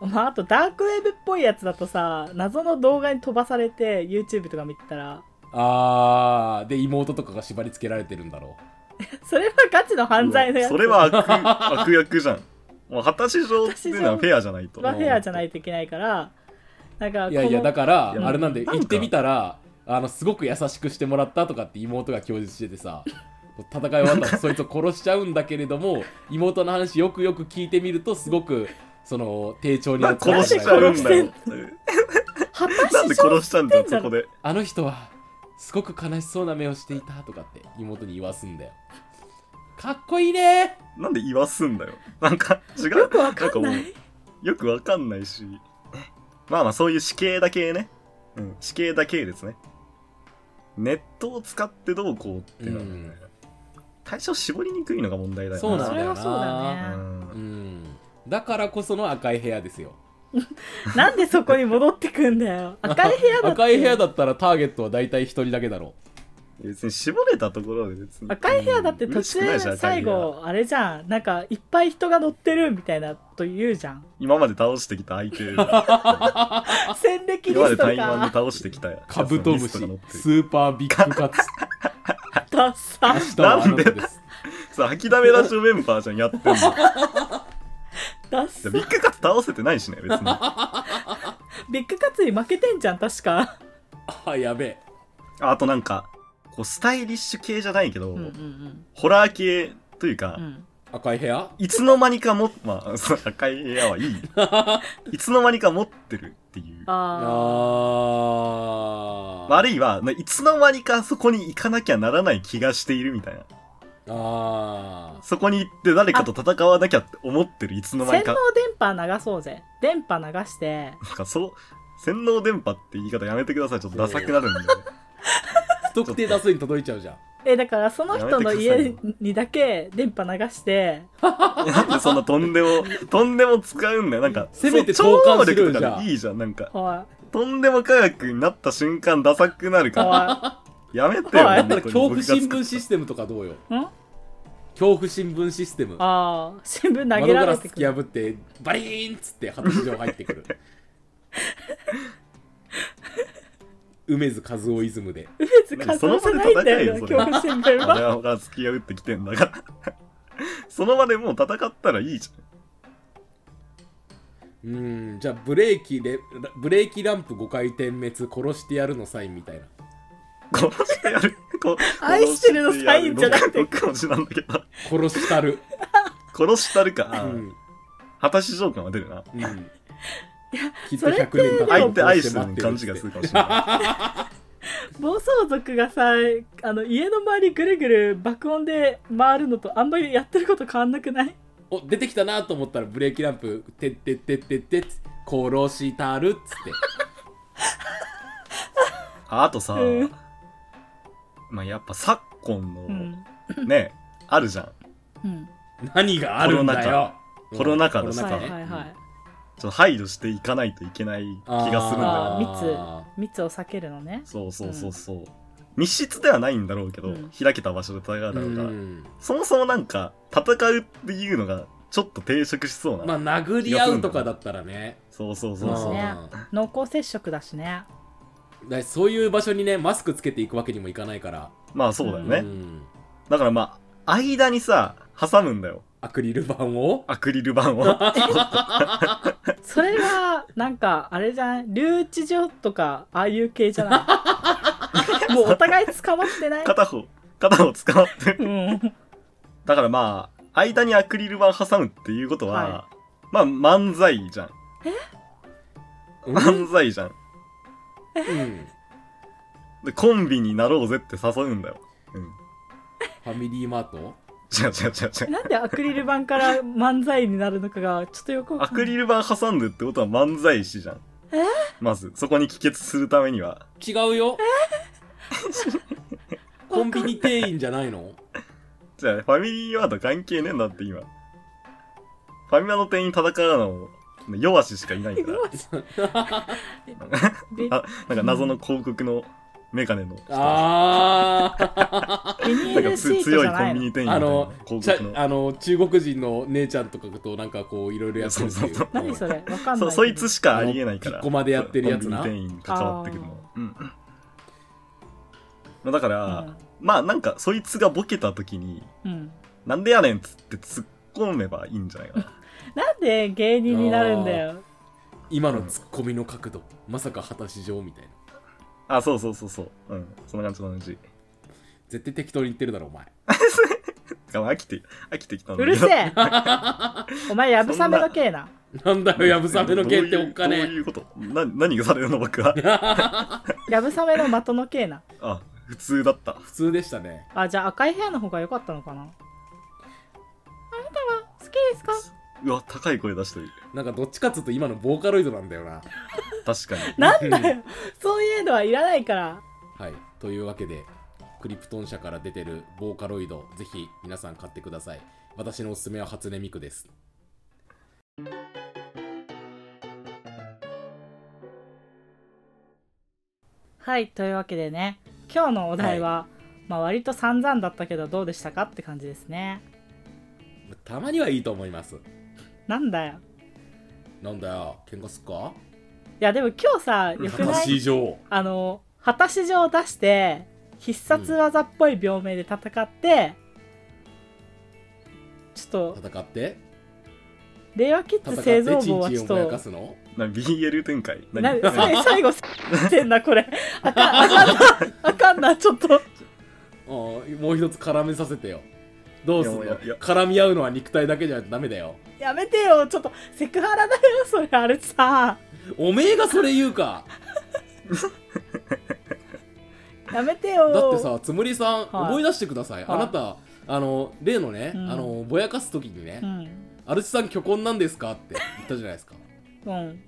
Speaker 1: まああとダークウェブっぽいやつだとさ謎の動画に飛ばされて YouTube とか見てたら
Speaker 2: あーで妹とかが縛り付けられてるんだろ
Speaker 1: それはガチの犯罪のやつ
Speaker 3: それは悪、悪役じゃん。もう果たし状っていうのはフェアじゃないと
Speaker 1: ま。あフェアじゃないといけないからなんか
Speaker 2: ういやいやだ
Speaker 1: か
Speaker 2: から
Speaker 3: いや
Speaker 2: あれなんで
Speaker 3: なんか
Speaker 2: 行ってみたらあのすごく優しくしてもらったとかって妹が供述しててさ戦い終わった
Speaker 3: [laughs]
Speaker 2: らそいつを殺しちゃうんだけれども妹の話よくよく聞いてみるとすごくその丁重に
Speaker 3: なんで
Speaker 2: 扱われて
Speaker 3: 殺しちゃうんだよ。
Speaker 1: 果
Speaker 3: なん
Speaker 1: た
Speaker 3: で
Speaker 1: し状
Speaker 3: 殺しちゃうんだよ、そこで。
Speaker 2: あの人はすごく悲しそうな目をしていたとかって妹に言わすんだよかっこいいね
Speaker 3: なんで言わすんだよ。 [laughs] なんか、違う。
Speaker 1: よくわかん
Speaker 3: な
Speaker 1: なんい
Speaker 3: かもう、よくわかんないし。まあまあ、そういう死刑だけね。うん、死刑だけですね。ネットを使ってどうこうっていうのはね、
Speaker 2: うん
Speaker 3: 対象絞りにくいのが問題だよ
Speaker 2: そうなん
Speaker 1: そ
Speaker 2: だ
Speaker 1: れ
Speaker 2: よ
Speaker 1: は
Speaker 2: な
Speaker 1: そうだね
Speaker 3: うん
Speaker 2: うんだからこその赤い部屋ですよ
Speaker 1: なんでそこに戻ってくんだ
Speaker 2: [laughs]
Speaker 1: よ赤い部屋だって
Speaker 2: 赤い部屋だったらターゲットは大体一人だけだろ
Speaker 3: 別に絞れたところで別に。
Speaker 1: 赤い部屋だって
Speaker 3: うん
Speaker 1: 途
Speaker 3: 嬉しくないじ
Speaker 1: 中
Speaker 3: ゃん赤い
Speaker 1: 最
Speaker 3: 部屋
Speaker 1: 後あれじゃんなんかいっぱい人が乗ってるみたいなと言うじゃん
Speaker 3: 今まで倒してきた相手、
Speaker 1: [laughs] 戦歴リ
Speaker 3: 今ま
Speaker 1: ス
Speaker 3: で
Speaker 1: ト
Speaker 3: 対マンで
Speaker 1: が
Speaker 3: 倒してきたやつ
Speaker 2: カブトム
Speaker 3: リ
Speaker 2: シ
Speaker 3: ストが載ってる
Speaker 2: スーパービッグカツ
Speaker 1: ダッサ
Speaker 2: 明日はあなた
Speaker 3: なん
Speaker 2: です
Speaker 3: さ、吐きだめラジオメンバーじゃん、や
Speaker 1: [laughs]
Speaker 3: ってんの。じゃ
Speaker 1: ダッ
Speaker 3: あ
Speaker 1: サ
Speaker 3: ビッグカツ倒せてないしね、別に。あ
Speaker 1: ビッグカツに負けてんじゃん確か
Speaker 2: あやべえ
Speaker 3: あとなんか、こう、スタイリッシュ系じゃないけど、
Speaker 1: うんうん
Speaker 3: ホラー系というか、
Speaker 1: うんうん
Speaker 2: 赤い部屋
Speaker 3: いつの間にかも、まあ、その赤い部屋はいい。いつの間にか持ってるっていう。
Speaker 1: あ
Speaker 2: あー
Speaker 3: あるいは、ないつの間にかそこに行かなきゃならない気がしているみたいな。
Speaker 2: あ
Speaker 3: そこに行って誰かと戦わなきゃって思ってるいつ
Speaker 1: あ
Speaker 3: の間
Speaker 1: 洗
Speaker 3: に
Speaker 1: 脳
Speaker 3: か。
Speaker 1: 電波流そうぜ電波流して
Speaker 3: なんかそう、洗脳電波って言い方やめてください。ちょっとダサくなるんで。
Speaker 2: ー不特定多数に届いちゃうじゃん
Speaker 1: えだからその人の
Speaker 3: やめ
Speaker 1: 家
Speaker 3: てく
Speaker 1: にだけ電波流して
Speaker 3: なんでそんなとんでも、とんでも使うんだよ。なんか、
Speaker 2: せめて
Speaker 3: そう
Speaker 2: 交換
Speaker 3: 超能
Speaker 2: しろよ
Speaker 3: 力とか
Speaker 2: じゃあ
Speaker 3: でいいじゃん。なんか、
Speaker 1: おい
Speaker 3: とんでも科学になった瞬間ダサくなる
Speaker 1: お
Speaker 3: から。
Speaker 1: い
Speaker 3: やめてよ。
Speaker 1: はい
Speaker 2: だったら恐
Speaker 3: 本当に
Speaker 2: 怖新聞システムとかどうよ
Speaker 1: んあ
Speaker 2: 恐怖新聞システム
Speaker 1: あー新聞投げ
Speaker 2: 窓
Speaker 1: ら
Speaker 2: ガラ
Speaker 1: れ
Speaker 2: ス
Speaker 1: て
Speaker 2: 突
Speaker 1: く
Speaker 2: き
Speaker 1: る
Speaker 2: 破ってバリーンっつって発情入っ
Speaker 1: [laughs]
Speaker 2: てくる梅津和夫イズムで
Speaker 1: 別に数じゃないんだよな
Speaker 3: その
Speaker 1: 恐
Speaker 3: 場
Speaker 1: 怖新聞は
Speaker 3: 俺は俺は付き合うってきてんだから。 [laughs] その場でもう戦ったらいいじ
Speaker 2: うんじゃあブレーキでブレーキランプ5回点滅殺してやるのサインみたいな
Speaker 3: ゃん。殺してやる。こ
Speaker 1: 愛してるのサインじゃなくて
Speaker 3: 6文字なんだけど。
Speaker 2: 殺したる
Speaker 3: 殺したるか。
Speaker 2: う
Speaker 3: あー
Speaker 2: ん、
Speaker 3: 果たし状況が出るな。
Speaker 2: うん、きっ
Speaker 1: そ
Speaker 2: と
Speaker 1: れって
Speaker 2: 100年だ
Speaker 3: 相手愛してるのに感じがするかもしれな
Speaker 1: 暴走族がさあの家の周りぐるぐる爆音で回るのとあんまりやってること変わんなくない
Speaker 2: お出てきたなと思ったらブレーキランプ「てってってってって」殺したるっつって
Speaker 3: い。あとさ
Speaker 1: うん、
Speaker 3: まあやっぱ昨今
Speaker 1: う
Speaker 3: の
Speaker 1: ん、
Speaker 3: ね、あるじゃん。
Speaker 1: うん、
Speaker 2: 何があるんだよ
Speaker 3: コロナ
Speaker 2: う
Speaker 3: 禍
Speaker 2: ん
Speaker 3: コロ
Speaker 1: は
Speaker 3: ナ
Speaker 1: い
Speaker 3: 禍
Speaker 1: はいはい
Speaker 3: ちょっと配慮していかないといけない気がするんだよ。
Speaker 1: あー
Speaker 2: あ
Speaker 1: 密を避けるのね
Speaker 3: そうそうそうそう。密室ではないんだろうけど、
Speaker 1: うん
Speaker 3: 開けた場所で戦うだ
Speaker 2: ー
Speaker 3: ろうから
Speaker 2: う。ん
Speaker 3: そもそもなんか、戦うっていうのが、ちょっと抵触しそうな。
Speaker 2: まあ殴り合うとかだったらね
Speaker 3: そうそうそう
Speaker 1: そ
Speaker 3: そうう。
Speaker 1: ね [laughs] 濃厚接触だしね
Speaker 2: うんだからそういう場所にねマスクつけていくわけにもいかないから
Speaker 3: まあそうだよ
Speaker 1: う
Speaker 3: ね。
Speaker 2: ん
Speaker 3: だからまあ、間にさ、挟むんだよ。
Speaker 2: アクリル板を
Speaker 3: アクリル板を。
Speaker 1: それがなんかあれじゃん留置所とかああいう系じゃない [laughs] もうお互い捕まって [laughs] ない
Speaker 3: [laughs] 片方、片方捕まってる。
Speaker 1: うん
Speaker 3: だからまあ、間にアクリル板挟むっていうことは、
Speaker 1: は
Speaker 3: まあ漫才じゃん。
Speaker 2: うん
Speaker 3: 漫才じゃん。
Speaker 2: うん
Speaker 3: で、コンビになろうぜって誘うんだよ。
Speaker 2: ファミリーマート
Speaker 3: 違う違う違う違う。
Speaker 1: なんでアクリル板から漫才になるのかがちょっとよくわ
Speaker 3: ア
Speaker 1: かんな
Speaker 3: ク
Speaker 1: い
Speaker 3: リル板挟んでってことは漫才師じゃん。
Speaker 1: え
Speaker 3: まず、そこに帰結するためには。
Speaker 2: 違う
Speaker 3: [laughs]
Speaker 2: よコンビニ店員じゃないの
Speaker 3: じゃあ、ファミリーワード関係ねえんだって今。ファミマの店員戦うの、弱ししかいない
Speaker 1: [laughs]
Speaker 3: から。
Speaker 1: べ
Speaker 3: あ、なんか謎の広告のメガネの人。
Speaker 2: ああ
Speaker 1: ビニー
Speaker 3: なんか
Speaker 1: ルシート
Speaker 3: つ
Speaker 1: じ
Speaker 3: 強い
Speaker 1: ゃ
Speaker 3: コ
Speaker 1: ない
Speaker 3: ンビ
Speaker 1: の
Speaker 3: ニ店員みた
Speaker 2: あ
Speaker 3: いな
Speaker 2: のちゃ
Speaker 3: 広告の。
Speaker 2: あの中国人の姉ちゃんとかとなんかこういろいろやってるってい
Speaker 3: そうそうそうう
Speaker 1: 何それわかんな
Speaker 3: そ
Speaker 1: い
Speaker 3: そいつしかありえないか
Speaker 2: あ
Speaker 3: ら。
Speaker 2: のピッコマでやってるやつな
Speaker 3: コンビニ店員関わってくるの。うん。まあだか
Speaker 1: う
Speaker 3: ら、
Speaker 1: ん
Speaker 3: まあなんかそいつがボケた時に、
Speaker 1: うん
Speaker 3: なんでやねんっつって突っ込めばいいんじゃないかな。
Speaker 1: なんで芸人になるんだよ
Speaker 2: 今のツッコミの角度まさか果たし状みたいな
Speaker 3: あ、そうそうそうそう。うん。そんな感じと同じ。
Speaker 2: 絶対適当に言ってるだろお前
Speaker 3: 飽きて、飽きてきたん
Speaker 1: う
Speaker 3: だ
Speaker 1: る
Speaker 3: [laughs]
Speaker 1: せ
Speaker 3: え
Speaker 1: えお前やぶさめのけえな
Speaker 2: なんだよやぶさめの剣っておっか
Speaker 3: どう
Speaker 2: ね
Speaker 3: いうことな何がされるの僕
Speaker 2: [laughs]
Speaker 3: は。
Speaker 1: やぶさめの的のけえな
Speaker 3: あ、普通だった。
Speaker 2: 普通でしたね
Speaker 1: あじゃあ赤い部屋の方が良かったのかなあなたは好きですか
Speaker 3: うわ、高い声出してる。
Speaker 2: なんかどっちかっつうと今のボーカロイドなんだよな
Speaker 3: 確かに。
Speaker 1: なんだよ [laughs] そういうのはいらないから
Speaker 2: はいというわけでクリプトン社から出てるボーカロイドぜひ皆さん買ってください私のおすすめは初音ミクです
Speaker 1: はいというわけでね今日のお題は、まあ割と散々だったけどどうでしたかって感じですね
Speaker 2: たまにはいいと思います
Speaker 1: なんだよ
Speaker 2: なんだよ喧嘩すっか
Speaker 1: いやでも今日さよくな
Speaker 2: 私以
Speaker 1: い
Speaker 2: 上
Speaker 1: あの果たし状を出して必殺技っぽい病名で戦って、ちょっと
Speaker 2: 戦って
Speaker 1: 令和キッ
Speaker 2: 戦
Speaker 1: ズ
Speaker 2: っ
Speaker 1: 製
Speaker 2: て
Speaker 1: 造
Speaker 2: チ
Speaker 1: 部
Speaker 2: ン
Speaker 1: は
Speaker 2: チ
Speaker 1: ち
Speaker 2: ン
Speaker 1: ょ
Speaker 2: を
Speaker 1: っ
Speaker 2: ぼやか
Speaker 1: と
Speaker 2: すの
Speaker 3: な BL 展開
Speaker 1: な
Speaker 3: 何
Speaker 1: さい最後さってんなこれあかんあかんなあかんなちょっと
Speaker 2: あーもう一つ絡めさせてよどうすんの
Speaker 3: いやいやいや
Speaker 2: 絡み合うのは肉体だけじゃダメだよ
Speaker 1: やめてよちょっとセクハラだよそれあれさ
Speaker 2: おめえがそれ言うか
Speaker 1: やめてよ
Speaker 2: だってさつむりさん、
Speaker 1: はい
Speaker 2: 思い出してください、
Speaker 1: はい
Speaker 2: あなたあの例のね、
Speaker 1: うん
Speaker 2: あのぼやかす時にね
Speaker 1: うん
Speaker 2: 「アルチさん虚婚なんですか?」って言ったじゃないですか
Speaker 1: うん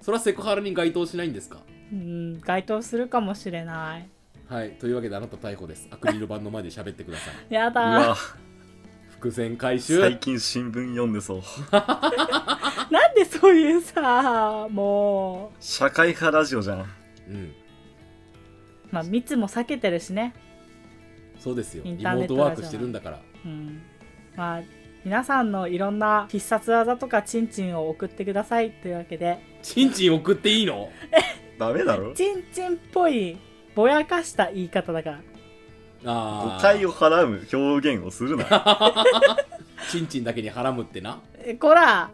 Speaker 2: それはセクハラに該当しないんですか
Speaker 1: うん該当するかもしれない
Speaker 2: はいというわけであなた逮捕ですアクリル板の前で喋ってください
Speaker 1: や
Speaker 3: う
Speaker 1: だ
Speaker 3: わ、
Speaker 2: 伏線回収
Speaker 3: 最近新聞読んでそう。
Speaker 1: なんでそういうさも
Speaker 3: 社会派ラジオじゃん。
Speaker 2: うん
Speaker 1: うまあ密も避けてるしね
Speaker 2: そうですよ
Speaker 1: イ
Speaker 2: リ
Speaker 1: ン
Speaker 2: モ
Speaker 1: ターネッ
Speaker 2: ー
Speaker 1: ト
Speaker 2: トワークしてるんだから
Speaker 1: うんまあ皆さんのいろんな必殺技とかチンチンを送ってくださいというわけで
Speaker 2: チンチン送っていいの
Speaker 3: ダメだろ
Speaker 1: チンチンっぽいぼやかした言い方だから
Speaker 2: あ
Speaker 3: 誤
Speaker 2: あ
Speaker 3: 解を払う表現をする
Speaker 2: [laughs]
Speaker 3: な。
Speaker 2: チンチンだけにはらむってな
Speaker 1: えこら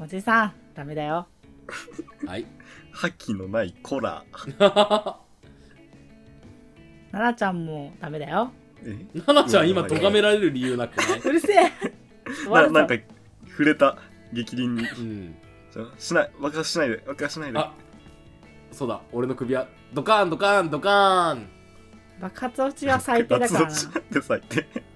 Speaker 1: おじさんダメだよ
Speaker 2: はい [laughs]
Speaker 3: 覇気のないコラ。
Speaker 1: 奈々ちゃんもダメだよ
Speaker 3: え
Speaker 2: 奈々ちゃん今咎められる理由なくない
Speaker 1: [laughs]
Speaker 2: う
Speaker 1: るせえ終わ
Speaker 3: な
Speaker 1: る
Speaker 3: なん
Speaker 1: ぞ
Speaker 3: か、触れた。激凛に。
Speaker 2: うん
Speaker 3: ちょしない。爆破しないで。爆破しないで。
Speaker 2: あそうだ俺の首はドカーンドカーンドカーン
Speaker 1: 爆発落ちは最低だからな
Speaker 3: [laughs] 脱落しちゃって最低。